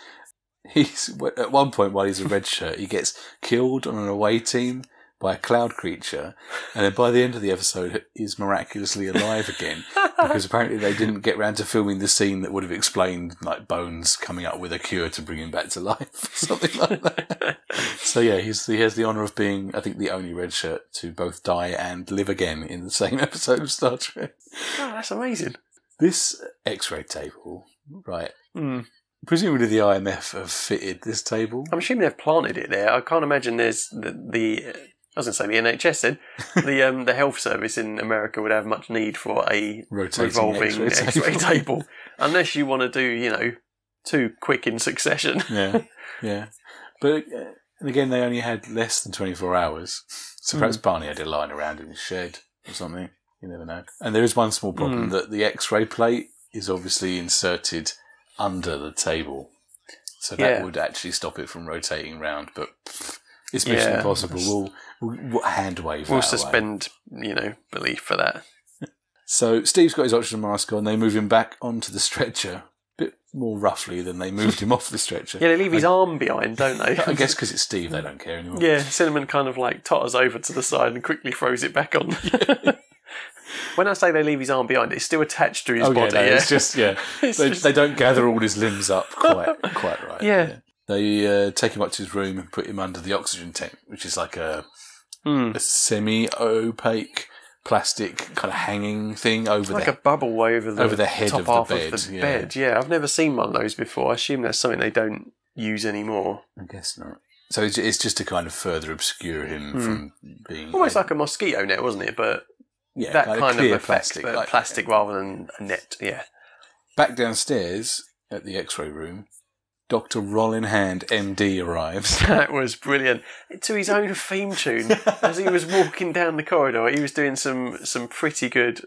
He's at one point while he's a red shirt, he gets killed on an away team by a cloud creature, and then by the end of the episode, he's miraculously alive again because apparently they didn't get round to filming the scene that would have explained like Bones coming up with a cure to bring him back to life, something like that. so yeah, he's he has the honour of being, I think, the only red shirt to both die and live again in the same episode of Star Trek.
oh, that's amazing.
This X-ray table, right?
Hmm.
Presumably the IMF have fitted this table.
I'm assuming they've planted it there. I can't imagine there's the, the I was going to say the NHS then. the um, the health service in America would have much need for a
Rotating
revolving
X-ray
X-ray,
table.
table, unless you want to do you know too quick in succession.
yeah, yeah. But uh, and again, they only had less than twenty four hours,
Hmm.
so perhaps Barney had it lying around in his shed or something. You never know. And there is one small
Hmm.
problem that the X ray plate is obviously inserted under the table, so that
Yeah.
would actually stop it from rotating round. But pff, it's mission
Yeah.
impossible. We'll, we'll, we'll hand wave.
We'll
that away.
suspend you know belief for that.
So Steve's got his oxygen mask on. They move him back onto the stretcher. a Bit more roughly than they moved him off the stretcher.
Yeah, they leave his arm behind, don't they?
I guess because it's Steve, they don't care anymore.
Yeah, Cinnamon kind of like totters over to the side and quickly throws it back on. when I say they leave his arm behind, it's still attached to his
Oh,
body.
yeah, no,
yeah.
it's just yeah.
It's
they,
just-
they don't gather all his limbs up quite quite right.
Yeah.
They uh, take him up to his room and put him under the oxygen tank, which is like a,
Hmm.
a semi-opaque plastic kind of hanging thing over
like
the
a bubble way over the
over the head
top
of the
half
bed,
of the
yeah.
bed. Yeah, I've never seen one of those before. I assume that's something they don't use anymore.
I guess not. So it's, it's just to kind of further obscure him from being
Hmm. Almost like a mosquito net, wasn't it? But
yeah,
that
like a
kind of
clear
effect, plastic, but
like-
plastic rather than a net. Yeah.
Back downstairs at the X-ray room, Doctor Rollin Hand, MD, arrives.
That was brilliant. To his own theme tune, as he was walking down the corridor, he was doing some some pretty good,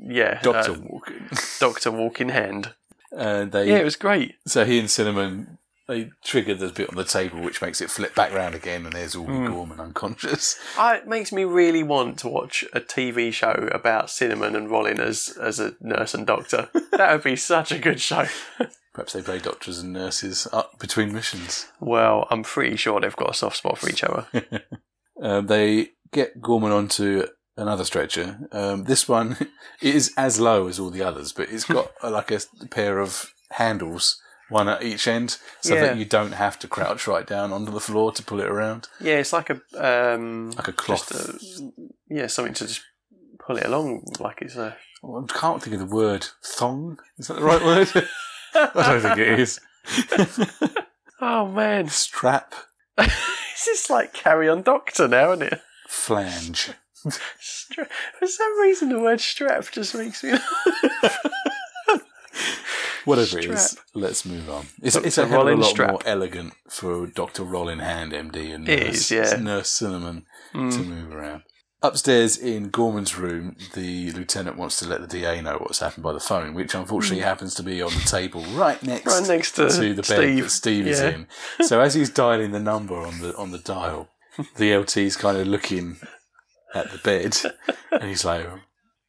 yeah,
Doctor
uh,
Walken.
Doctor Walk in Hand.
Uh, they
Yeah, it was great.
So he and Cinnamon they trigger the bit on the table, which makes it flip back round again, and there's all Gorman unconscious.
I, it makes me really want to watch a TV show about Cinnamon and Rollin as as a nurse and doctor. That would be such a good show.
Perhaps they play doctors and nurses up between missions.
Well, I'm pretty sure they've got a soft spot for each other.
Um, they get Gorman onto another stretcher. Um, this one it is as low as all the others, but it's got uh, like a pair of handles, one at each end, so
Yeah.
that you don't have to crouch right down onto the floor to pull it around,
Yeah, it's like a um,
like a cloth.
just a- yeah, something to just pull it along like it's a
Oh, I can't think of the word thong. Is that the right word? I don't think it is.
oh man,
Strap.
It's just like carry on doctor now, isn't it?
flange.
Stra- For some reason, the word strap just makes me.
Whatever it is,
Strap.
let's move on. It's,
Dr.
it's a hell of a
Rollin
lot
Strap.
more elegant for Dr. Rollin Hand, MD, and
It
Nurse,
is, yeah.
Nurse Cinnamon to
Mm.
move around. Upstairs in Gorman's room, the lieutenant wants to let the DA know what's happened by the phone, which unfortunately happens to be on the table right next,
Mm. Right next to
the bed that
Steve.
Steve is
Yeah.
in. So as he's dialing the number on the on the dial, the LT's kind of looking at the bed, and he's like,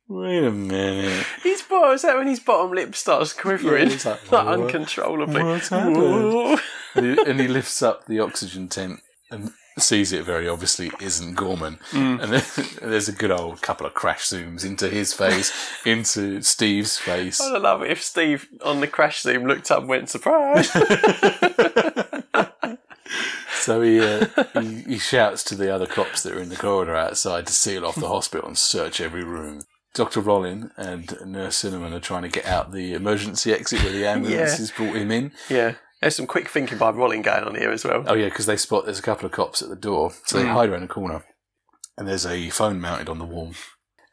"Wait a minute."
His bottom, is that when his bottom lip starts quivering
Yeah, it's like,
like
"What?
uncontrollably?
What's happened?"
Whoa.
and, he, and he lifts up the oxygen tent and sees it very obviously isn't Gorman. And then, there's a good old couple of crash zooms into his face, into Steve's face.
I'd love it if Steve on the crash zoom looked up and went, surprise!
So he, uh, he he shouts to the other cops that are in the corridor outside to seal off the hospital and search every room. Dr. Rollin and Nurse Cinnamon are trying to get out the emergency exit where the ambulance
Yeah.
has brought him in.
yeah. There's some quick thinking by Rolling going on here as well.
Oh yeah, because they spot there's a couple of cops at the door, so they
Hmm.
hide around a corner, and there's a phone mounted on the wall,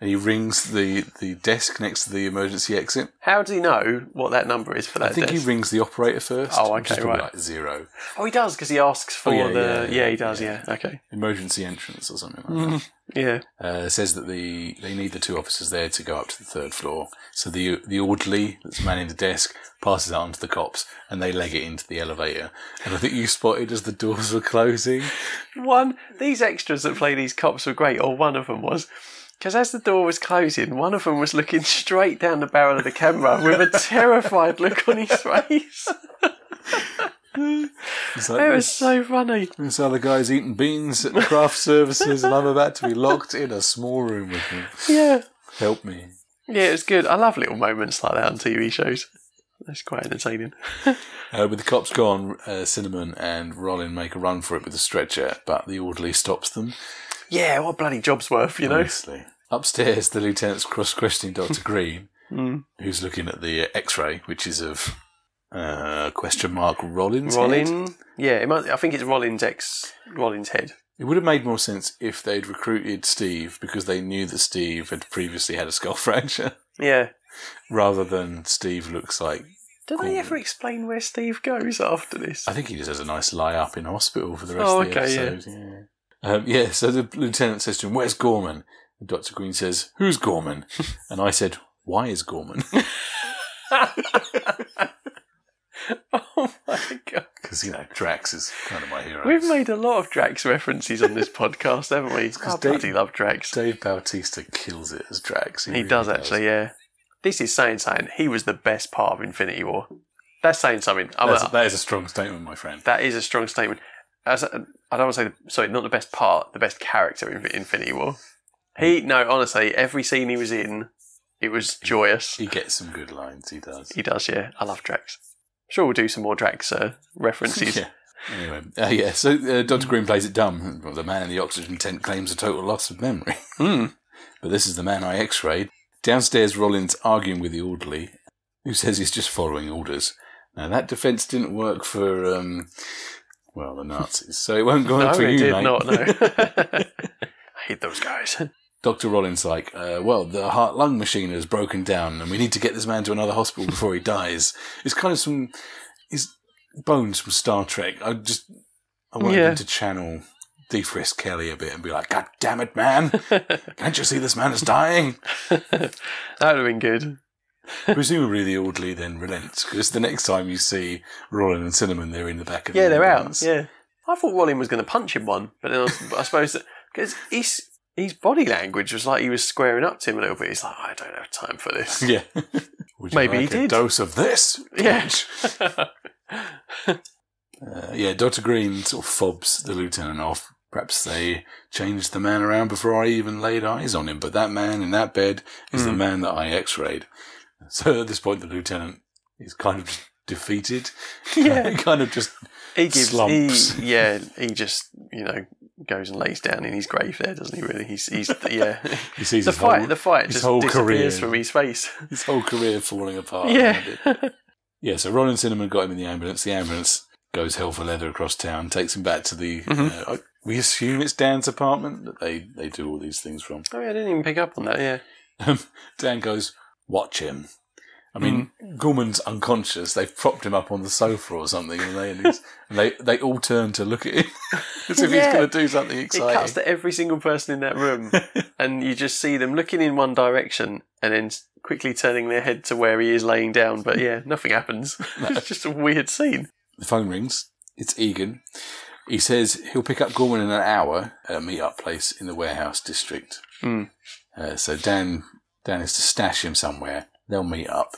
and he rings the the desk next to the emergency exit.
How does he know what that number is for that
I think
desk?
he rings the operator first.
Oh,
which is
okay,
probably
right.
Like zero
oh, he does because he asks for
Oh, yeah,
the.
yeah,
Yeah,
yeah,
he does,
yeah.
yeah. Okay.
emergency entrance or something like
Hmm. Yeah.
that. Uh, says that the they need the two officers there to go up to the third floor. So the the orderly that's manning the desk passes that on to the cops, and they leg it into the elevator. And I think you spotted as the doors were closing.
One, these extras that play these cops were great, or one of them was. Because as the door was closing, one of them was looking straight down the barrel of the camera with a terrified look on his face.
It's like,
It was so funny.
This other guy's eating beans at craft services, and I'm about to be locked in a small room with him.
Yeah.
Help me.
Yeah, it was good. I love little moments like that on TV shows. That's quite entertaining.
Uh, with the cops gone, uh, Cinnamon and Rollin make a run for it with a stretcher, but the orderly stops them.
Yeah, what bloody job's worth, you know?
Honestly. Upstairs, the lieutenant's cross questioning Dr. Green, who's looking at the uh, x ray, which is of uh, question mark Rollin's head.
Rollin. Yeah, it must, I think it's Rollin's ex, Rollin's head.
It would have made more sense if they'd recruited Steve because they knew that Steve had previously had a skull fracture,
Yeah.
rather than Steve looks like.
Do they
Cool.
ever explain where Steve goes after this?
I think he just has a nice lie up in hospital for the rest
Oh,
of the
okay, yeah.
episode. Yeah. Um, yeah, so the lieutenant says to him, Where's Gorman? And Dr. Green says, Who's Gorman? and I said, Why is Gorman?
oh my god.
Because, you know, Drax is kind of my hero.
We've made a lot of Drax references on this podcast, haven't we? I
'cause they-
bloody love Drax.
Dave Bautista kills it as Drax.
He
really
does actually, yeah. This is saying something. He was the best part of Infinity War. That's saying something. I'm
That's,
a-
that is a strong statement, my friend.
that is a strong statement. As a, I don't want to say, the, sorry, not the best part, the best character in Infinity War. He no, honestly, every scene he was in, it was joyous.
He gets some good lines, he does.
He does, yeah. I love Drax. sure, we'll do some more Drax uh, references.
Yeah. Anyway, uh, yeah. So uh, Dr. Green plays it dumb. Well, the man in the oxygen tent claims a total loss of memory,
Hmm.
but this is the man I X-rayed. Downstairs, Rollins arguing with the orderly, who says he's just following orders. Now that defence didn't work for, um, well, the Nazis, so it won't go
No,
up for
he
you,
did
mate.
not. No, I hate those guys.
Dr. Rollins like, uh, well, the heart lung machine has broken down and we need to get this man to another hospital before he dies. It's kind of some his bones from Star Trek. I just I wanted
Yeah.
him to channel Defrist Kelly a bit and be like, God damn it, man. Can't you see this man is dying?
that would have been good.
Presumably the orderly then relents because the next time you see Rollins and Cinnamon, they're in the back of the
Yeah, they're out.
ambulance.
Yeah, I thought Rollin was going to punch him one, but then I, was, but I suppose because his his body language was like he was squaring up to him a little bit. He's like, I don't have time for this.
Yeah. Would you
Maybe he
like a
did.
dose of this?
Yeah.
Uh, yeah, Dr. Green sort of fobs the lieutenant off. Perhaps they changed the man around before I even laid eyes on him, but that man in that bed is the
Mm.
man that I x rayed. So at this point, the lieutenant is kind of defeated.
Yeah.
kind of just.
he gives.
Slumps.
He, yeah, he just you know goes and lays down in his grave there, doesn't he? Really, he's he's yeah.
He sees
the
his,
fight,
whole,
the fight
his
just
whole
disappears
career.
from his face.
his whole career falling apart.
yeah,
Yeah, so Ron and Cinnamon got him in the ambulance. The ambulance goes hell for leather across town, takes him back to the.
Mhm.
Uh, we assume it's Dan's apartment that they, they do all these things from.
oh, yeah, I didn't even pick up on that. Yeah,
Um, Dan goes, "Watch him." I mean,
Mm.
Gorman's unconscious. They've propped him up on the sofa or something, and they and he's, and they, they all turn to look at him as if
Yeah.
he's going to do something
it cuts
exciting.
to every single person in that room, and you just see them looking in one direction and then s- quickly turning their head to where he is laying down. But yeah, nothing happens. it's just a weird scene.
The phone rings. It's Egan. He says he'll pick up Gorman in an hour at a meet-up place in the warehouse district.
Mm.
Uh, so Dan Dan is to stash him somewhere. They'll meet up.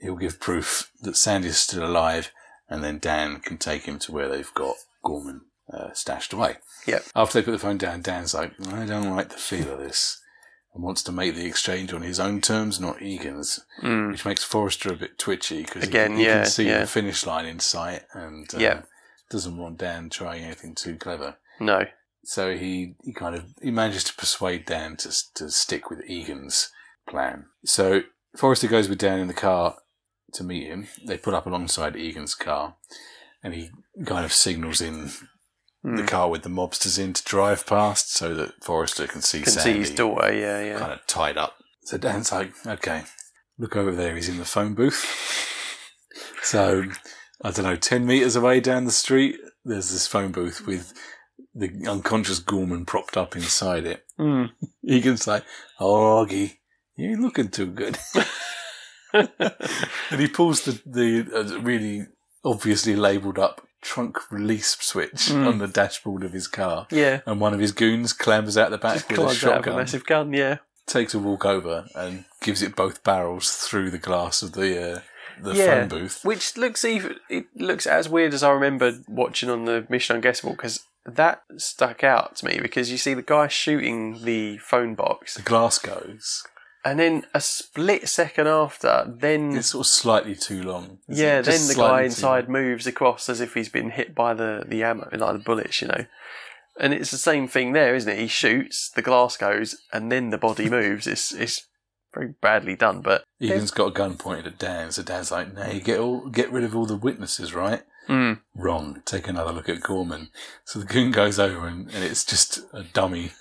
He'll give proof that Sandy's still alive, and then Dan can take him to where they've got Gorman uh, stashed away.
Yep.
After they put the phone down, Dan's like, I don't like the feel of this, and wants to make the exchange on his own terms, not Egan's,
Mm.
which makes Forrester a bit twitchy because he,
Again,
he
yeah,
can see
yeah.
the finish line in sight and uh,
Yeah.
doesn't want Dan trying anything too clever.
No.
So he, he kind of he manages to persuade Dan to to stick with Egan's plan. So Forrester goes with Dan in the car to meet him. They put up alongside Egan's car, and he kind of signals in the
Mm.
car with the mobsters in to drive past so that Forrester can see
Can see
Sandy
his daughter. Yeah, yeah.
kind of tied up. So Dan's like, okay, look over there. He's in the phone booth. so I don't know, ten meters away down the street, there's this phone booth with the unconscious Gorman propped up inside it.
Mm.
Egan's like, oh, Augie, you ain't looking too good. and he pulls the, the uh, really obviously labelled up trunk release switch
Mm.
on the dashboard of his car.
Yeah.
And one of his goons clambers out the back
Just
with a
climbs out of a
shotgun
massive gun. Yeah.
takes a walk over and gives it both barrels through the glass of the uh, the
Yeah.
phone booth.
Which looks even it looks as weird as I remember watching on the Mission Unguessable because that stuck out to me because you see the guy shooting the phone box
The glass goes.
and then a split second after, then
It's sort of slightly too long. It's
Mm. yeah,
just
then the
slightly
guy
too
inside moves across as if he's been hit by the the ammo, like the bullets, you know. And it's the same thing there, isn't it? He shoots, the glass goes, and then the body moves. It's it's very badly done, but
long. Egan's got a gun pointed at Dan, so Dan's like, "No, you get all get rid of all the witnesses, right?"
Mm.
Wrong. Take another look at Gorman. So the goon goes over and, and it's just a dummy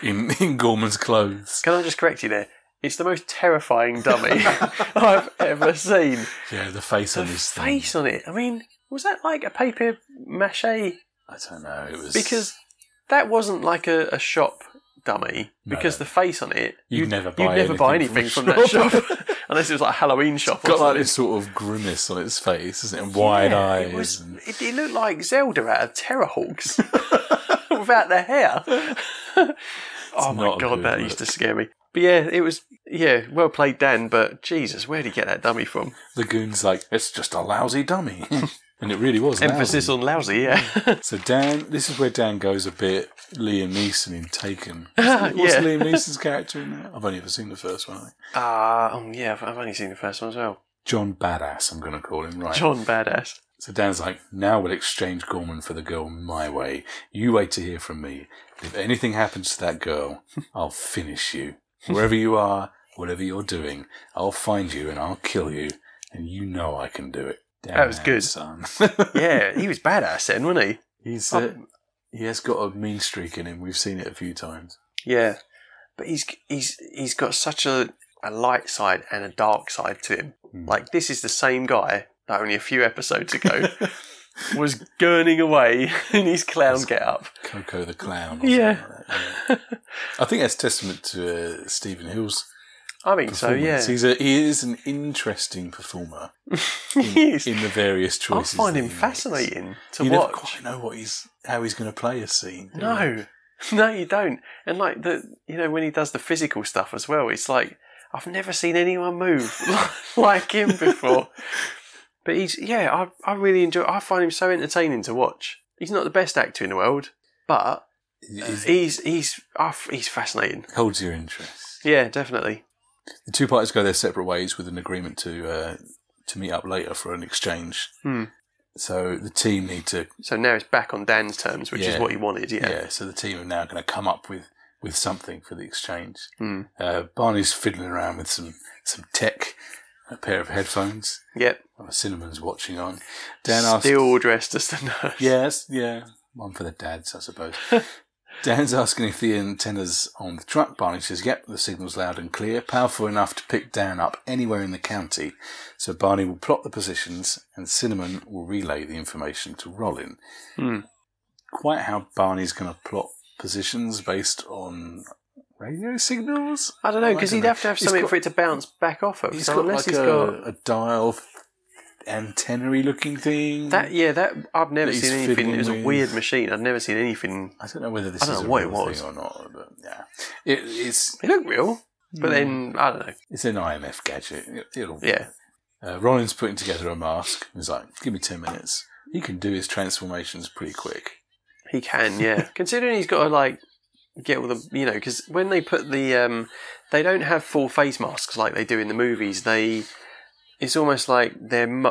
in, in Gorman's clothes.
Can I just correct you there? It's the most terrifying dummy I've ever seen.
Yeah, the face
The
on his
face
Thing.
on it. I mean, was that like a paper mache?
I don't know. It was
Because that wasn't like a, a shop dummy.
No.
Because the face on it,
You'd never buy
you'd never buy anything
anything
from
from
that
a
shop, unless it was like a Halloween shop.
it's
or
got like
something.
this sort of grimace on its face, isn't it? And wide
Yeah,
eyes.
It, was,
and-
it, it looked like Zelda out of Terrahawks without the hair. oh my
not a
god,
good
that
look.
used to scare me. But yeah, it was yeah, well played, Dan. But Jesus, where'd he get that dummy from?
the goon's like, it's just a lousy dummy. and it really was.
Emphasis
lousy.
on lousy, yeah.
So Dan, this is where Dan goes a bit Liam Neeson in Taken. What's
Yeah.
Liam Neeson's character in that? I've only ever seen the first one. I think.
Ah, oh yeah, I've I've only seen the first one as well.
John Badass, I'm going to call him, right?
John Badass.
So Dan's like, now we'll exchange Gorman for the girl my way. You wait to hear from me. If anything happens to that girl, I'll finish you. Wherever you are, whatever you're doing, I'll find you and I'll kill you. And you know I can do it. Damn
That was good.
son.
Yeah, he was badass then, wasn't he?
He's
uh,
he has got a mean streak in him. We've seen it a few times.
Yeah, but he's he's he's got such a, a light side and a dark side to him.
Hmm.
Like this is the same guy that only a few episodes ago was gurning away in his clown get up.
Coco the clown. or
Yeah.
something like that, yeah. I think that's testament to uh, Stephen Hill's
I mean, so
performance.
yeah,
He's a, he is an interesting performer
he is.
in the various
I
choices.
find
that
him
he makes.
fascinating to
you
watch.
never quite know what he's how he's going to play a scene. do you?
No, no, you don't. And like the, you know, when he does the physical stuff as well, it's like I've never seen anyone move like him before. But he's yeah, I I really enjoy. I find him so entertaining to watch. He's not the best actor in the world, but Uh,
It- it
he's he's I f- he's fascinating.
holds your interest.
Yeah, definitely.
The two parties go their separate ways with an agreement to uh, to meet up later for an exchange.
Hmm.
So the team need to
So now it's back on Dan's terms, which is
Yeah.
what he wanted.
yeah.
Yeah,
So the team are now going to come up with with something for the exchange.
Hmm.
Uh, Barney's fiddling around with some some tech, a pair of headphones.
yep.
Oh, Cinnamon's watching on. Dan asks,
Still dressed as the nurse.
"Yes, yeah, one for the dads, I suppose." Dan's asking if the antenna's on the truck. Barney says, "Yep, the signal's loud and clear, powerful enough to pick Dan up anywhere in the county." So Barney will plot the positions, and Cinnamon will relay the information to Rollin.
Hmm.
Quite how Barney's going to plot positions based on radio signals?
I don't know because
I
he'd
dunno.
have to have
He's
something
got-
for it to bounce back off of.
He's
so
got
unless
like
he's
a,
got
a dial antenna-y looking thing.
That yeah, that I've never
That he's
seen anything. It was a
fiddling with.
weird machine. I've never seen anything.
I don't know whether this
I don't
is
know
a
what
real
it was.
thing or not, but yeah, it, it's
It looked real, but
Hmm.
then I don't know.
it's an IMF gadget. It, it'll
Yeah,
Uh, Rollins putting together a mask. He's like, "Give me ten minutes." He can do his transformations pretty quick.
he can. Yeah, considering he's got to like get all the you know because when they put the um, they don't have full face masks like they do in the movies. They it's almost like they're mu-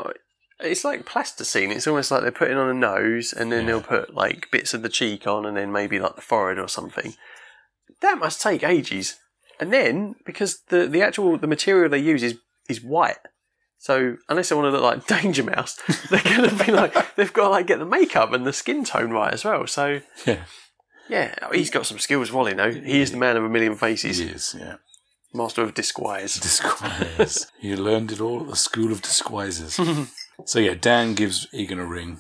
it's like plasticine. It's almost like they're putting on a nose and then
Yeah.
they'll put like bits of the cheek on and then maybe like the forehead or something. That must take ages. And then because the the actual the material they use is is white. So unless they want to look like Danger Mouse, they're gonna be like they've got to like get the makeup and the skin tone right as well. So
Yeah,
yeah, he's got some skills, Wally. No, he is the man of a million
he
faces,
is. Yeah,
master of disguise.
disguise. he learned it all at the school of disguises. so yeah, Dan gives Egan a ring.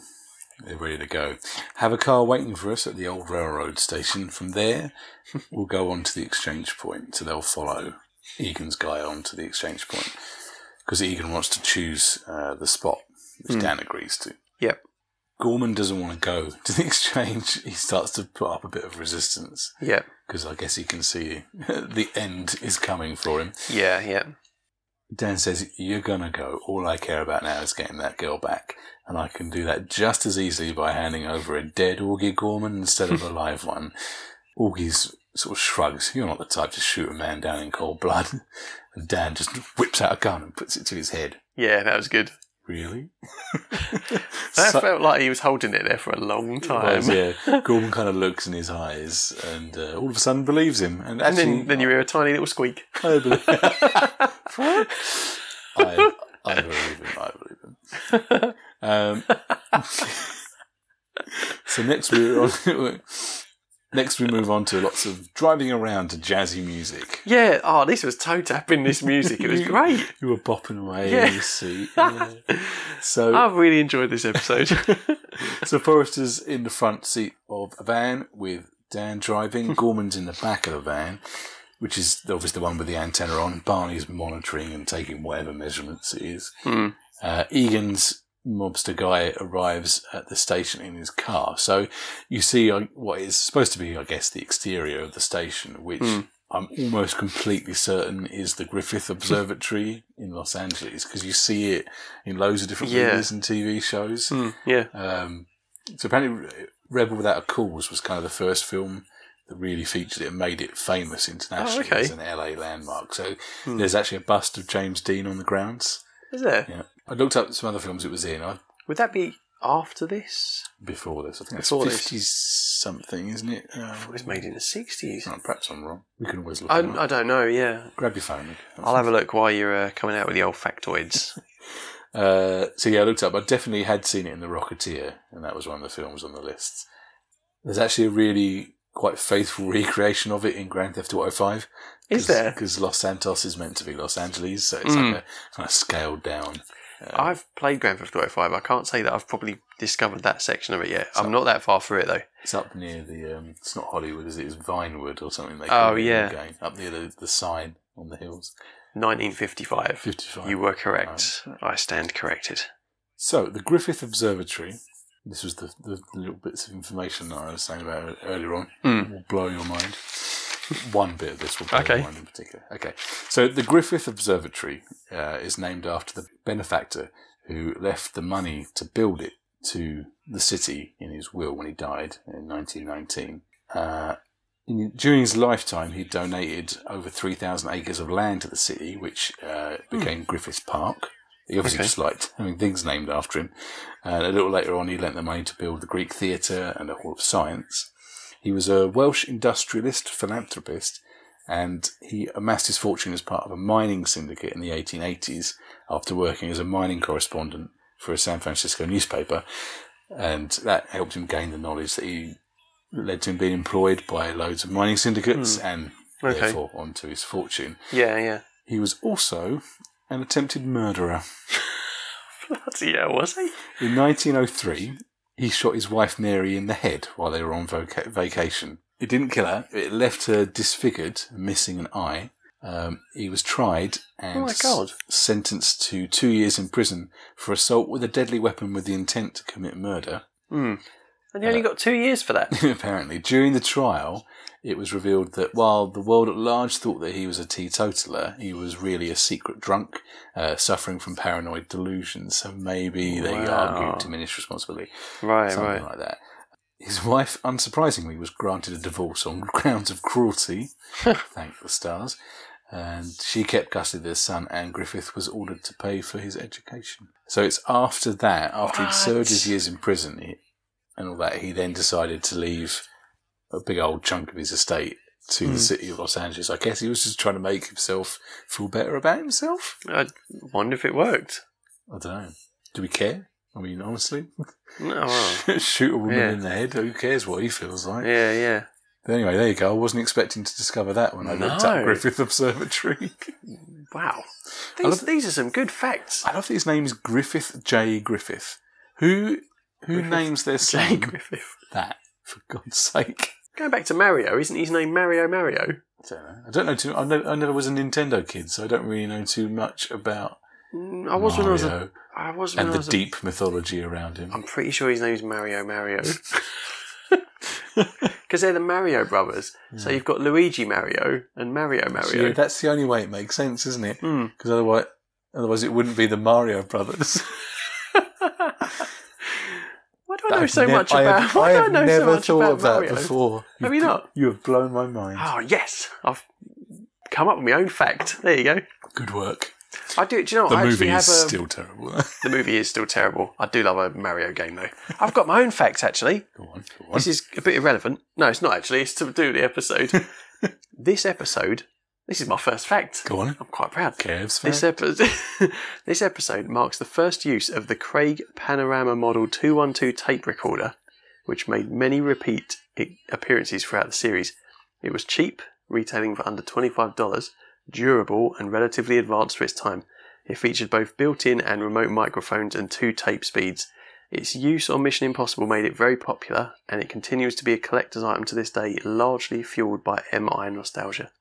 They're ready to go. Have a car waiting for us at the old railroad station. From there, we'll go on to the exchange point. So they'll follow Egan's guy on to the exchange point because Egan wants to choose uh, the spot, which Dan agrees to.
Yep,
Gorman doesn't want to go to the exchange. He starts to put up a bit of resistance
yep,
because I guess he can see the end is coming for him.
yeah, yeah.
Dan says, You're going to go. All I care about now is getting that girl back. And I can do that just as easily by handing over a dead Augie Gorman instead of a live one. Augie's sort of shrugs. You're not the type to shoot a man down in cold blood. And Dan just whips out a gun and puts it to his head.
Yeah, that was good.
Really?
That
So-
felt like he was holding it there for a long time.
was, yeah. Gorman kind of looks in his eyes and uh, all of a sudden believes him.
And
And actually,
then, then you hear a tiny little squeak.
I believe I, I believe him. I believe him. Um, so next we were on, next we move on to lots of driving around to jazzy music.
Yeah. Oh, this was toe tapping. This music. It was
You-
great.
You were bopping away
Yeah.
in your seat. Yeah. Oh, So
I've really enjoyed this episode.
so Forrester's in the front seat of a van with Dan driving. Gorman's in the back of the van, which is obviously the one with the antenna on. Barney's monitoring and taking whatever measurements it is.
Hmm.
Uh, Egan's mobster guy arrives at the station in his car. So you see uh, what is supposed to be, I guess, the exterior of the station, which.
Hmm.
I'm almost completely certain is the Griffith Observatory in Los Angeles because you see it in loads of different
Yeah.
movies and TV shows.
Hmm, yeah.
Um, so apparently, Re- Rebel Without a Cause was kind of the first film that really featured it and made it famous internationally
Oh, okay.
as an LA landmark. So
Hmm.
there's actually a bust of James Dean on the grounds.
Is there?
Yeah, I looked up some other films it was in I,
Would that be after this?
before this. I think
Before
it's
this.
fifty something, isn't it? Um,
It was made in the 60s.
oh, perhaps I'm wrong. We can always look.
I,
it up.
I don't know, yeah.
Grab your phone.
I'll have a look while you're uh, coming out with the old factoids.
Uh, so yeah, I looked up. I definitely had seen it in The Rocketeer, and that was one of the films on the list. There's actually a really quite faithful recreation of it in Grand Theft Auto Five.
Is there?
Because Los Santos is meant to be Los Angeles, so it's
Mm.
like a kind of scaled down. uh,
I've played Grand Theft Auto 5. I can't say that I've probably discovered that section of it yet. I'm not that far through it, though.
it's up near the. Um, it's not Hollywood, is it? It's Vinewood or something. They
Oh,
call it in the
yeah.
game, up near the, the sign on the hills.
1955.
Fifty-five.
You were correct. I stand corrected.
So the Griffith Observatory. This was the, the little bits of information that I was saying about earlier on.
Mm.
Will blow your mind. One bit of this will blow
Okay.
your mind in particular. Okay. So the Griffith Observatory uh, is named after the benefactor who left the money to build it to the city in his will when he died in 1919. Uh, in, during his lifetime, he donated over 3,000 acres of land to the city, which uh, became Griffith Park. He obviously
Okay.
just liked having things named after him. And a little later on, he lent the money to build the Greek Theatre and a Hall of Science. He was a Welsh industrialist, philanthropist, and he amassed his fortune as part of a mining syndicate in the 1880s after working as a mining correspondent for a San Francisco newspaper. And that helped him gain the knowledge that he that led to him being employed by loads of mining syndicates and
Okay.
therefore onto his fortune.
Yeah, yeah.
He was also an attempted murderer.
Bloody hell, was he?
In 1903, he shot his wife Mary in the head while they were on voca- vacation. It didn't kill her, it left her disfigured, missing an eye. Um, he was tried and
Oh my
s-
God.
sentenced to two years in prison for assault with a deadly weapon with the intent to commit murder.
Mm. And he only got two years for that.
Apparently, during the trial, it was revealed that while the world at large thought that he was a teetotaler, he was really a secret drunk, uh, suffering from paranoid delusions. So maybe they
Wow.
argued diminished responsibility
Right,
something
right.
like that. His wife, unsurprisingly, was granted a divorce on grounds of cruelty. thank the stars. And she kept custody of their son, and Griffith was ordered to pay for his education. So it's after that, after he'd served his
What?
years in prison he- and all that, he then decided to leave a big old chunk of his estate to the
Hmm.
city of Los Angeles. I guess he was just trying to make himself feel better about himself.
I wonder if it worked.
I don't know. Do we care? I mean, honestly,
No, well,
shoot a woman
Yeah.
in the head. Who cares what he feels like?
yeah, yeah.
But anyway, there you go. I wasn't expecting to discover that when I looked up
No.
Griffith Observatory.
Wow.
I
These,
love-
these are some good facts.
I love that his name is Griffith J. Griffith. Who who
Griffith
names their son
Jay Griffith.
that? For God's sake.
Going back to Mario, isn't his name Mario Mario?
I don't know. I don't know too. I, know, I never was a Nintendo kid, so I don't really know too much about
Mm, I was when I was a.
Mario
I was when
and
I
the
was a-
deep mythology around him.
I'm pretty sure his name's Mario Mario. Because they're the Mario brothers. So you've got Luigi Mario and Mario
So,
Mario.
yeah, that's the only way it makes sense, isn't it?
Hmm.
Because otherwise, otherwise it wouldn't be the Mario Brothers.
Why do I know
I've
so
nev-
much
I
about?
have-
Why
I
do
have
I know so
never
much
thought
about
of that
Mario?
before.
Have you not?
You have blown my mind.
Oh yes, I've come up with my own fact. There you go.
Good work.
I do. Do you know?
The
Oh, I
movie
actually have
is
a,
still terrible.
the movie is still terrible. I do love a Mario game though. I've got my own fact actually.
go on, go on.
This is a bit irrelevant. No, it's not actually. It's to do with the episode. this episode This is my first fact.
Go on.
I'm quite proud.
Kev's
This,
fact.
episode, this episode marks the first use of the Craig Panorama Model 212 tape recorder, which made many repeat i- appearances throughout the series. It was cheap, retailing for under $25, durable, and relatively advanced for its time. It featured both built in and remote microphones and two tape speeds. Its use on Mission Impossible made it very popular, and it continues to be a collector's item to this day, largely fueled by MI nostalgia.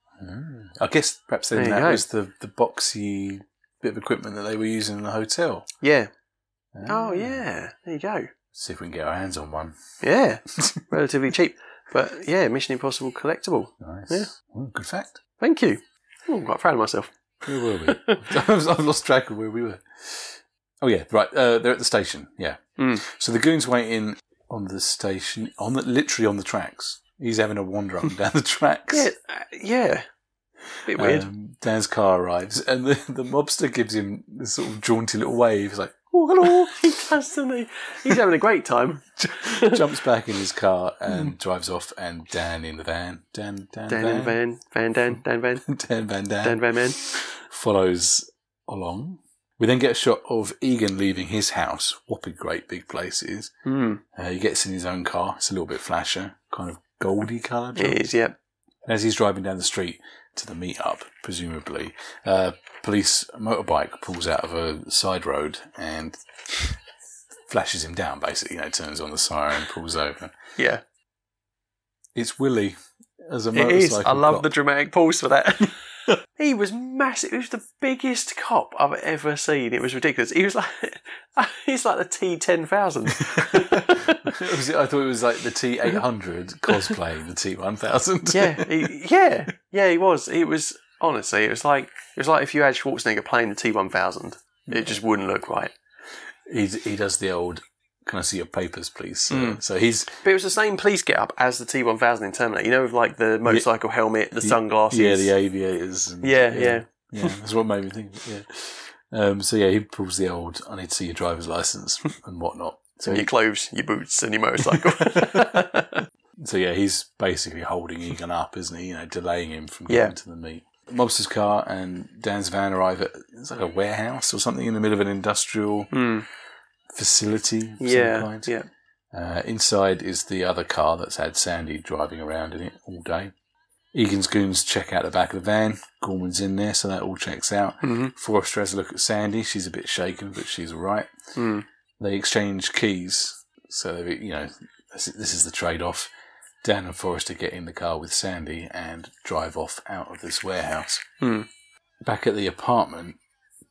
I guess perhaps then
There you
that
go.
was the, the boxy bit of equipment that they were using in the hotel.
Yeah.
Ah.
Oh, yeah. There you go.
See if we can get our hands on one.
Yeah, relatively cheap. But yeah, Mission Impossible collectible.
Nice.
Yeah.
Mm, good fact.
Thank you. Ooh, I'm quite proud of myself.
Where were we? I've I've lost track of where we were. Oh yeah, right. Uh, they're at the station. Yeah.
Mm.
So the goons wait in on the station, on the, literally on the tracks. He's having a wander up and down the tracks.
Yeah, uh, yeah. Bit weird.
Um, Dan's car arrives, and the, the mobster gives him this sort of jaunty little wave. He's like, "Oh, hello!"
he does, doesn't he? He's having a great time.
Jumps back in his car and drives off. And Dan in the van, Dan, Dan,
Hmm. Dan in the van, Van Dan, Dan Van,
Dan Van Dan,
Dan Van Man.
follows along. We then get a shot of Egan leaving his house. Whopping great big place it is.
Hmm.
Uh, he gets in his own car. It's a little bit flasher, kind of goldy coloured.
It is, yep.
And as he's driving down the street to the meetup, presumably, a police motorbike pulls out of a side road and flashes him down, basically. You know, turns on the siren, pulls over.
Yeah.
It's Willie as a
It
motorcycle.
is. I love
cop.
the dramatic pause for that. he was massive. He was the biggest cop I've ever seen. It was ridiculous. He was like, he's like the T ten thousand.
It was- I thought it was like the T eight hundred cosplaying the T one thousand.
yeah, he, yeah, yeah. He was. It was honestly. It was like it was like if you had Schwarzenegger playing the T one thousand, it just wouldn't look right.
he he does the old. Can I see your papers, please? sir?"
Mm.
So he's
But it was the same police get up as the T one thousand in Terminator. You know, with like the motorcycle helmet, the
Ye-
sunglasses.
yeah, the aviators. And,
yeah, yeah.
Yeah, that's what made me think. of it, Yeah. Um, so yeah, he pulls the old "I need to see your driver's license" and whatnot. So
And your clothes, your boots, and your motorcycle.
so yeah, he's basically holding Egan up, isn't he? You know, delaying him from getting
Yeah.
to the meet. Mobster's car and Dan's van arrive at it's like a warehouse or something in the middle of an industrial
Hmm.
facility. Of some
Yeah,
kind.
yeah.
Uh, inside is the other car that's had Sandy driving around in it all day. Egan's goons check out the back of the van. Gorman's in there, so that all checks out.
Mhm.
Forrester has a look at Sandy. She's a bit shaken, but she's all right.
Mm.
They exchange keys, so they, you know this, this is the trade-off. Dan and Forrester get in the car with Sandy and drive off out of this warehouse.
Hmm.
Back at the apartment,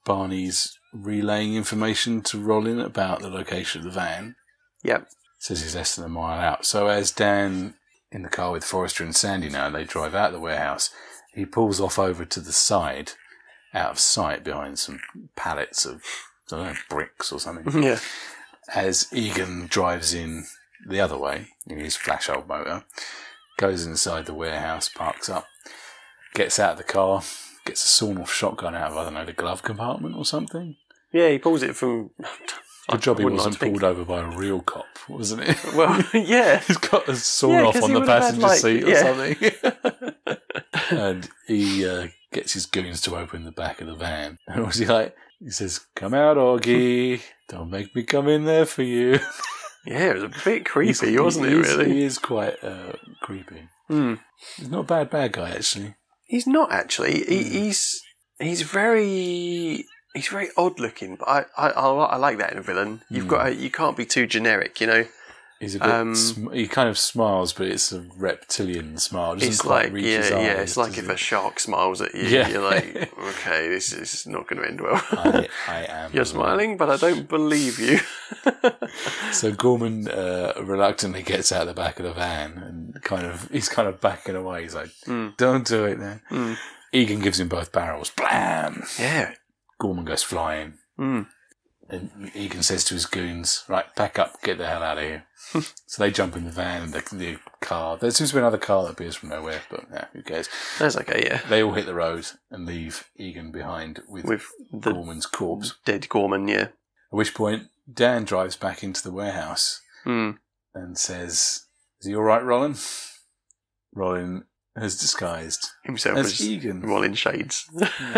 Barney's relaying information to Rollin about the location of the van
Yep.
says he's less than a mile out. So as Dan in the car with Forrester and Sandy now, they drive out the warehouse. He pulls off over to the side, out of sight behind some pallets of I don't know, bricks or something.
Yeah.
as Egan drives in the other way in his flash old motor, goes inside the warehouse, parks up, gets out of the car, gets a sawn off shotgun out of I don't know the glove compartment or something.
Yeah, he pulls it from.
Good job he
wouldn't
wasn't
like to
pulled over by a real cop, wasn't it?
think- Well, yeah.
He's got a sawn
Yeah,
off
'cause
on
he
the
would have had,
passenger
like-
seat
yeah.
or something. and he uh, gets his goons to open the back of the van. And was he like, he says, Come out, Augie. Don't make me come in there for you.
Yeah, it was a bit
He's-
creepy, wasn't it,
he is-
really?
He is quite uh, creepy.
Hmm.
He's not a bad, bad guy, actually.
He's not actually. He,
Mm.
He's he's very he's very odd looking, but I I, I, li- I like that in a villain. You've
Mm.
got to, you can't be too generic, you know.
He's a bit,
Um,
sm- he kind of smiles, but it's a reptilian smile. Doesn't
It's
quite
like
reach
yeah
his
yeah,
eyes,
it's like
does
if
it?
a shark smiles at you,
Yeah.
you're like okay, this is not going to end well.
I, I am. uh,
you're
the one.
smiling, but I don't believe you.
So Gorman uh, reluctantly gets out the back of the van and kind of he's kind of backing away. He's like,
Mm.
"Don't do it now."
Mm.
Egan gives him both barrels. Blam!
yeah.
Gorman goes flying,
Mm.
and Egan says to his goons, "Right, pack up, get the hell out of here." so they jump in the van and the, the car. There seems to be another car that appears from nowhere, but yeah, who cares?
That's okay. Yeah,
They all hit the road and leave Egan behind with,
with the
Gorman's corpse.
dead Gorman. Yeah.
At which point, Dan drives back into the warehouse
Mm.
and says, Is he all right, Roland? Roland has disguised
himself
As
as
Egan.
while in shades.
Hmm.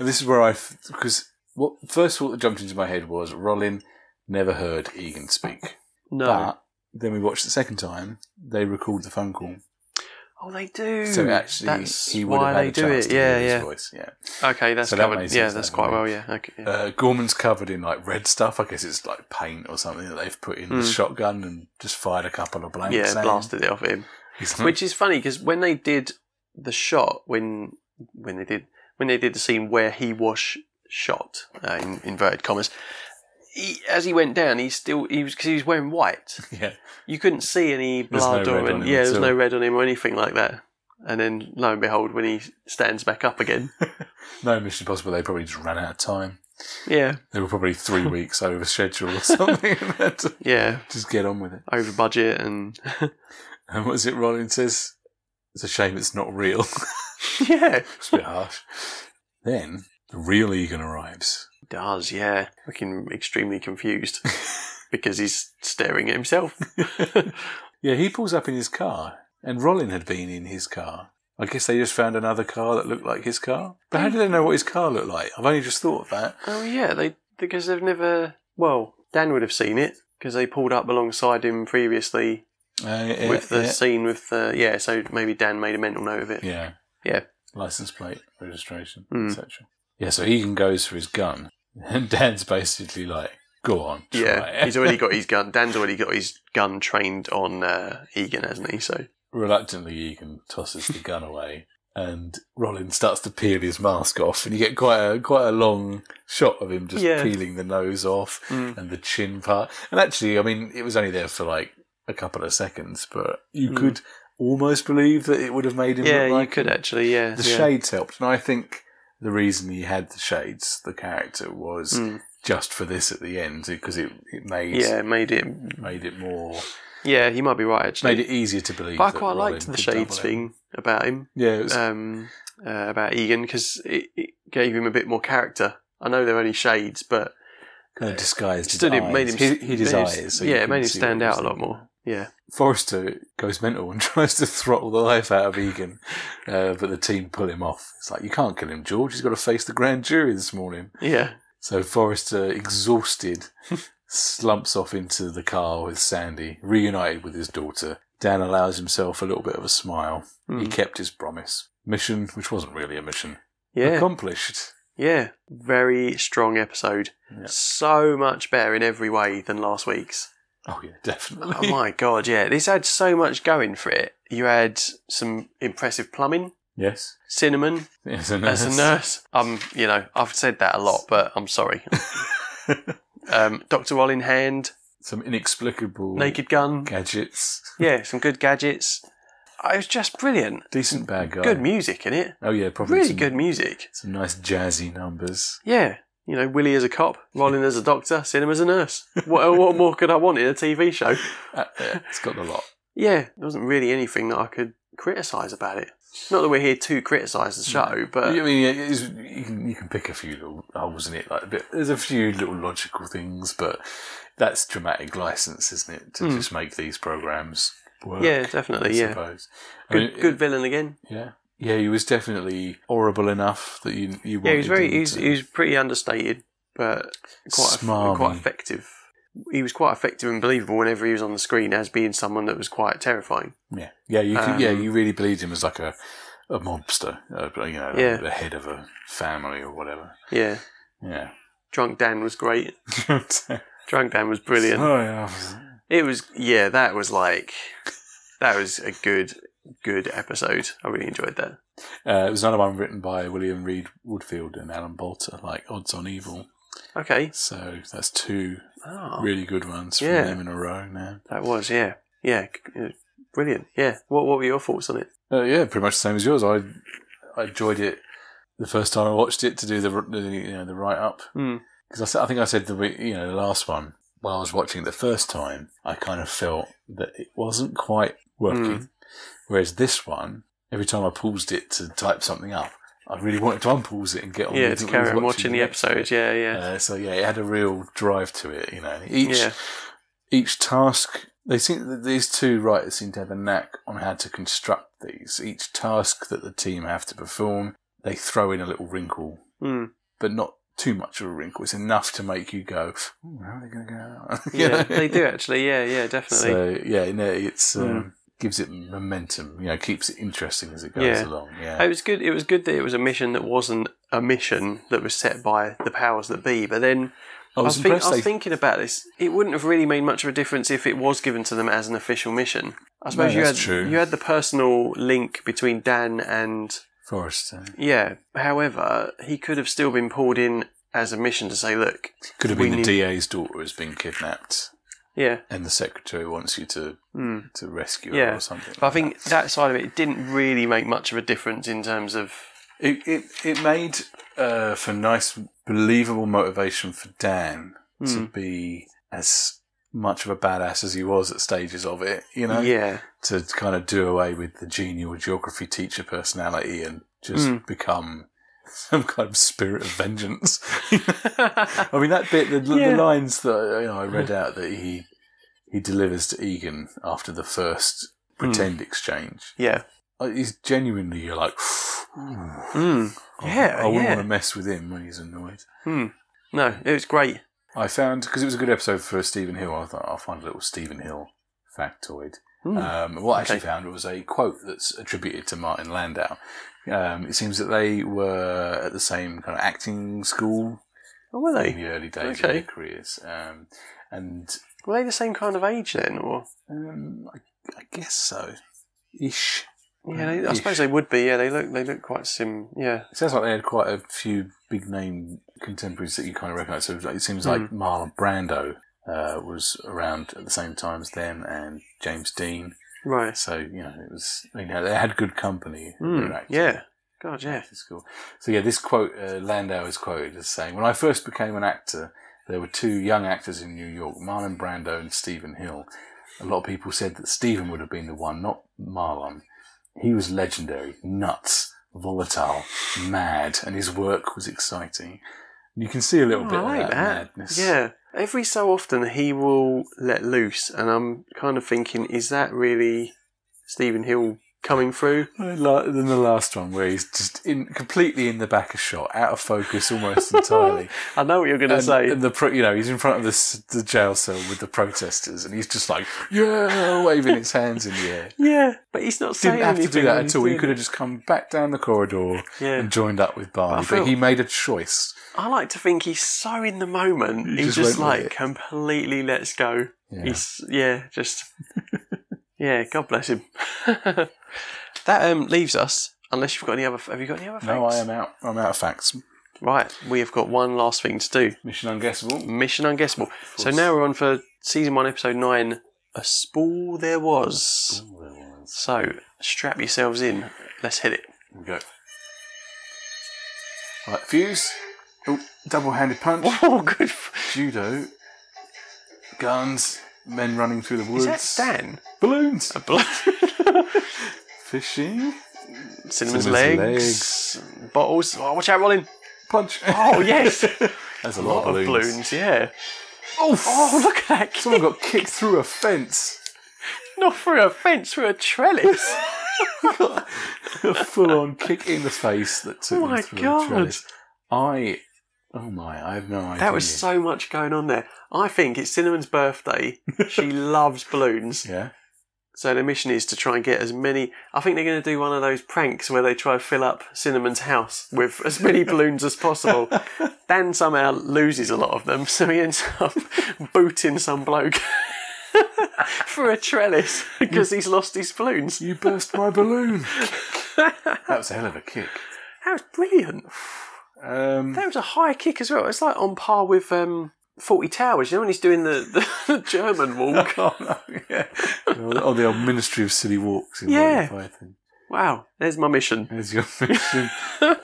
And this is where I, f- because what first thought that jumped into my head was Rollin never heard Egan speak.
no.
But then we watched the second time, they recalled the phone call.
oh, they do.
So actually,
that's
he would
why
have had
they
a
do
chance
it.
to
Yeah,
hear his
yeah.
voice. Yeah.
Okay, that's
So that
covered.
makes
yeah,
sense,
that's
that
quite
one.
well. Yeah. Okay. yeah.
Uh, Gorman's covered in like red stuff. I guess it's like paint or something that they've put in the
Hmm.
shotgun and just fired a couple of blanks.
yeah,
at him.
blasted it off at him.
He's like,
Which is funny because when they did the shot, when when they did when they did the scene where he was sh- shot uh, in inverted commas, he, as he went down, he still he was because he was wearing white.
yeah,
You couldn't see any
There's no
blood
red
or
on him
any, yeah,
at
there's
all.
no red on him or anything like that. And then lo and behold, when he stands back up again,
no Mission Impossible. They probably just ran out of time.
yeah,
They were probably three weeks over schedule or something. and had to
yeah,
just get on with it.
over budget and
And what is it? Rollin says, "It's a shame it's not real."
yeah,
It's a bit harsh. Then the real Egan arrives.
He does yeah, looking extremely confused because he's staring at himself.
Yeah, he pulls up in his car, and Rollin had been in his car. I guess they just found another car that looked like his car. But how do they know what his car looked like? I've only just thought of that.
Oh yeah, they because they've never. Well, Dan would have seen it because they pulled up alongside him previously
Uh, yeah,
with the
yeah.
scene with the yeah. So maybe Dan made a mental note of it.
yeah,
Yeah.
license plate, registration,
Mm.
etc. Yeah, so Egan goes for his gun, and Dan's basically like, "Go on, try
Yeah,
it."
he's already got his gun. Dan's already got his gun trained on uh, Egan, hasn't he? So
Reluctantly, Egan tosses the gun away, and Rollin starts to peel his mask off, and you get quite a quite a long shot of him just
Yeah.
peeling the nose off
Mm.
and the chin part. And actually, I mean, it was only there for like a couple of seconds, but you
Mm.
could almost believe that it would have made him
yeah,
look
you
like
could
him.
actually yeah.
The
yeah.
shades helped, and I think the reason he had the shades, the character, was
Mm.
just for this at the end because it, it made
Yeah, made it.
made it more
Yeah, he might be right actually.
made it easier to believe.
but I
that
quite
Rollin
liked the
could
shades
double it.
thing about him.
Yeah, it was
um, uh, about Egan because it, it gave him a bit more character. I know they're only shades, but
kind of disguised.
it
his
stood him,
eyes.
made him
hid, hid his
made him-
eyes. so you
yeah, it
couldn't
made him
see what
stand
he was
out a lot
doing.
more. Yeah,
Forrester goes mental and tries to throttle the life out of Egan, uh, but the team pull him off. It's like you can't kill him, George. He's got to face the grand jury this morning.
yeah,
So Forrester, exhausted, slumps off into the car with Sandy, reunited with his daughter. Dan allows himself a little bit of a smile. He
Mm.
kept his promise. Mission, which wasn't really a mission,
yeah,
accomplished.
yeah. Very strong episode.
Yeah.
So much better in every way than last week's.
Oh yeah, definitely.
Oh my god, yeah. This had so much going for it. You had some impressive plumbing,
Yes,
cinnamon
as a
as a nurse. Um, you know, I've said that a lot, but I'm sorry. um, Doctor Wall in hand,
Some inexplicable
naked gun.
gadgets.
yeah, some good gadgets. Uh, It was just brilliant.
Decent bad guy.
Good music in it.
Oh yeah, probably
Really
some,
good music.
Some nice jazzy numbers.
Yeah. You know, Willie as a cop, Rollin as a doctor, Cinema as a nurse. What, what more could I want in a TV show?
Uh, yeah, it's got a lot.
Yeah, there wasn't really anything that I could criticise about it. Not that we're here to criticise the show, but
I mean, it is, you can you can pick a few little holes in it. Like a bit, there's a few little logical things, but that's dramatic license, isn't it, to
Mm.
just make these programs work?
yeah,
I
definitely, yeah.
suppose. I
Good,
mean,
good villain again.
Yeah, yeah. He was definitely horrible enough that you you.
Yeah, he was
wanted
very,
him
he was,
to-
he was pretty understated, but quite,
Smarmy.
quite effective. He was quite effective and believable whenever he was on the screen as being someone that was quite terrifying.
Yeah, yeah, you could, yeah,
Um,
you really believed him as like a a mobster, uh, you know,
Yeah.
the head of a family or whatever.
Yeah.
Yeah,
Drunk Dan was great.
brilliant.
Drunk Dan was brilliant.
Oh,
It was yeah, that was like that was a good good episode. I really enjoyed that.
Uh, it was another one written by William Reed Woodfield and Alan Bolter, like Odds on Evil.
Okay.
So that's two
Oh,
really good ones from
Yeah.
them in a row now.
that was yeah. Yeah, c- uh, brilliant. Yeah. What what were your thoughts on it?
Uh, yeah, pretty much the same as yours. I I enjoyed it the first time I watched it to do the, the you know the write up
Hmm.
because I, said- I think I said the week- you know the last one while I was watching it the first time I kind of felt that it wasn't quite
Hmm.
working, whereas this one every time I paused it to type something up I really wanted to unpause it and get on.
Oh, Yeah,
with
to
it,
carry
with
on watching the
next
episode.
bit.
Yeah, yeah.
Uh, so yeah, it had a real drive to it. You know, each
Yeah.
each task they seem these two writers seem to have a knack on how to construct these. Each task that the team have to perform, they throw in a little wrinkle,
Mm.
but not too much of a wrinkle. It's enough to make you go, "Ooh, how are they going to go out? You
Yeah,
know?
they do actually. Yeah, yeah, definitely.
So, yeah, no, it's.
Mm.
Um, Gives it momentum, you know, keeps it interesting as it goes
Yeah.
along.
It
Yeah,
was good. It was good that it was a mission that wasn't a mission that was set by the powers that be. But then
I was
think-
impressed.
I
they
was thinking about this. It wouldn't have really made much of a difference if it was given to them as an official mission. I suppose you had
that's true.
you had the personal link between Dan and
Forrester
yeah. However, he could have still been pulled in as a mission to say, look,
could have
We
been the
need-
DA's daughter has been kidnapped,
yeah.
and the secretary wants you to
Mm.
to rescue her
Yeah.
or something.
But I
like that.
think that side of it didn't really make much of a difference in terms of
It it it made uh, for nice, believable motivation for Dan
Hmm.
to be as much of a badass as he was at stages of it. You know,
yeah,
to kind of do away with the genial geography teacher personality and just
Hmm.
become some kind of spirit of vengeance. I mean, that bit, the,
Yeah.
the lines that you know, I read out that he he delivers to Egan after the first
Hmm.
pretend exchange
yeah,
uh, is genuinely you're like. "Ooh."
mm. yeah,
Oh, I wouldn't
yeah.
want to mess with him when he's annoyed.
No, it was great.
I found because it was a good episode for Stephen Hill. I thought I'll find a little Stephen Hill factoid. Um, what I actually
Hmm. Okay.
found was a quote that's attributed to Martin Landau. Um, it seems that they were at the same kind of acting school
Or Oh, were
in
they?
the early days
Okay.
of their careers, um, and
Were they the same kind of age then, or
um, I, I guess so, ish.
yeah? They, I
Ish.
suppose they would be. Yeah, they look they look quite sim. Yeah,
It sounds like they had quite a few big name contemporaries that you kind of recognise. So it was like- it seems like Marlon Brando uh, was around at the same time as them, and James Dean.
right.
So you know, it was you know they had good company. when they were
Mm,
acting
yeah. God, yeah.
acting school. So yeah, this quote uh, Landau is quoted as saying, "When I first became an actor, there were two young actors in New York, Marlon Brando and Stephen Hill. A lot of people said that Stephen would have been the one, not Marlon. He was legendary, nuts, volatile, mad, and his work was exciting. You can see a little
Oh,
bit
I
of
like
that,
that.
madness.
Yeah. Every so often he will let loose, and I'm kind of thinking, is that really Stephen Hill coming through?
Then the last one where he's just in completely in the back of shot, out of focus almost entirely.
I know what you're going to
and,
say.
and the pro- you know he's in front of this the jail cell with the protesters, and he's just like yeah, waving his hands in the air.
yeah, but he's not saying
Didn't have to
anything
do that
when he's
at all. He
doing
could
it.
have just come back down the corridor
Yeah.
and joined up with
But I
Barney. But,
feel-
he made a choice.
I like to think he's so in the moment.
He
He, just,
just went with
like
it.
completely lets go.
Yeah.
He's yeah, just yeah. God bless him. that um, leaves us. Unless you've got any other, have you got any other?
No,
facts?
I am out. I'm out of facts.
Right, we have got one last thing to do.
Mission unguessable.
Mission unguessable. So now we're on for season one, episode nine. A spool there was. So strap yourselves in. Let's hit it.
Here we go. Right, fuse. Oh, double-handed punch.
Oh, good. f-
Judo. Guns. Men running through the
Is
woods.
that Stan?
Balloons.
A blood.
Fishing.
Cinnamon's,
Cinnamon's
legs, Bottles. Oh, watch out, Rollin.
Punch.
Oh, yes. a
There's
lot of balloons, yeah.
Oh,
Oh, look at that. kid.
someone got kicked through a fence.
Not through a fence, through a trellis.
a full-on kick in the face that took
Oh my
them through
God.
a trellis. I, oh my, I have no idea.
That was so much going on there. I think it's Cinnamon's birthday. She loves balloons.
Yeah.
So the mission is to try and get as many. I think they're going to do one of those pranks where they try and fill up Cinnamon's house with as many balloons as possible. Dan somehow loses a lot of them, so he ends up booting some bloke for a trellis because he's lost his balloons.
You burst my balloon. that was a hell of a kick.
That was brilliant.
Um,
That was a high kick as well. It's like on par with um, Forty Towers. You know when he's doing the, the, the German walk.
oh, no, yeah. oh, the old Ministry of Silly Walks in
Yeah.
Monty Python.
Wow, there's my mission.
There's your fiction.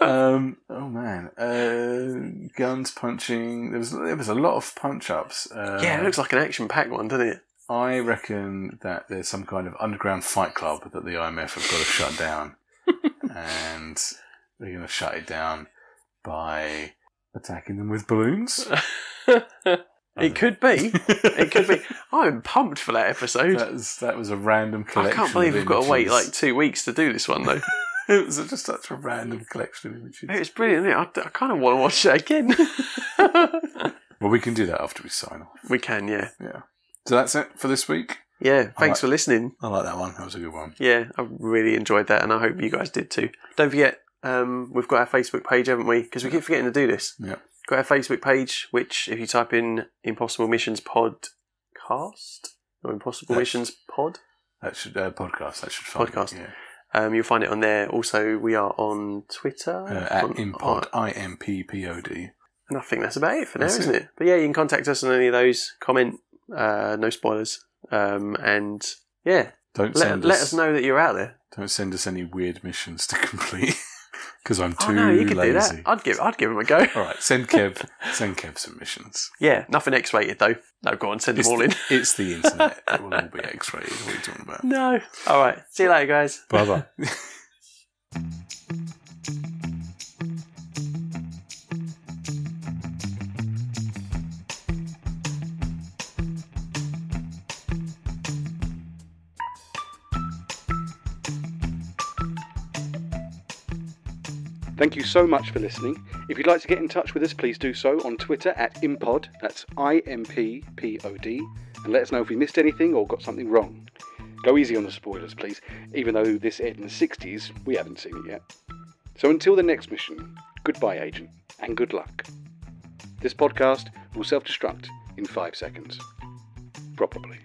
um, oh man, uh, guns punching. There was there was a lot of punch ups. Uh,
Yeah, it looks like an action-packed one, doesn't it?
I reckon that there's some kind of underground fight club that the IMF have got to shut down, and they're going to shut it down by attacking them with balloons.
It could be. It could be. I'm pumped for that episode.
That was, that was a random
I
collection.
can't believe
of
we've got to wait
images.
like two weeks to do this one though.
it was just such a random collection of images.
It's brilliant. Isn't it? I, I kind of want to watch it again.
Well, we can do that after we sign off.
we can, yeah,
Yeah. So that's it for this week.
yeah. Thanks
Alright.
for listening.
I like that one. That was a good one.
Yeah, I really enjoyed that, and I hope you guys did too. Don't forget, um, we've got our Facebook page, haven't we? Because we keep forgetting to do this.
Yeah.
Got our Facebook page, which if you type in "Impossible Missions Podcast" or "Impossible
That's-
Missions Pod,"
That should uh, podcast. That should find it,
Podcast.
yeah.
um, you'll find it on there. Also, we are on Twitter
Uh, at
on-
impod. I M P P O D.
And I think that's about it for now,
That's
isn't it? But yeah, you can contact us on any of those. Comment, uh, no spoilers, um, and yeah,
Don't
let,
send
let
us,
us know that you're out there.
Don't send us any weird missions to complete because I'm too
oh no, you could do that.
lazy.
I'd give I'd give them a go.
All right, send Kev. send Kev some missions.
yeah, nothing X-rated though. No, go on, send
It's,
them all in.
it's the internet. It will all be X-rated. What are you talking about?
no, all right. See you later, guys.
Bye bye.
Thank you so much for listening. If you'd like to get in touch with us, please do so on Twitter at impod. That's I M P P O D, and let us know if we missed anything or got something wrong. Go easy on the spoilers, please. Even though this aired in the 60s, we haven't seen it yet. So until the next mission, goodbye, agent, and good luck. This podcast will self-destruct in five seconds, probably.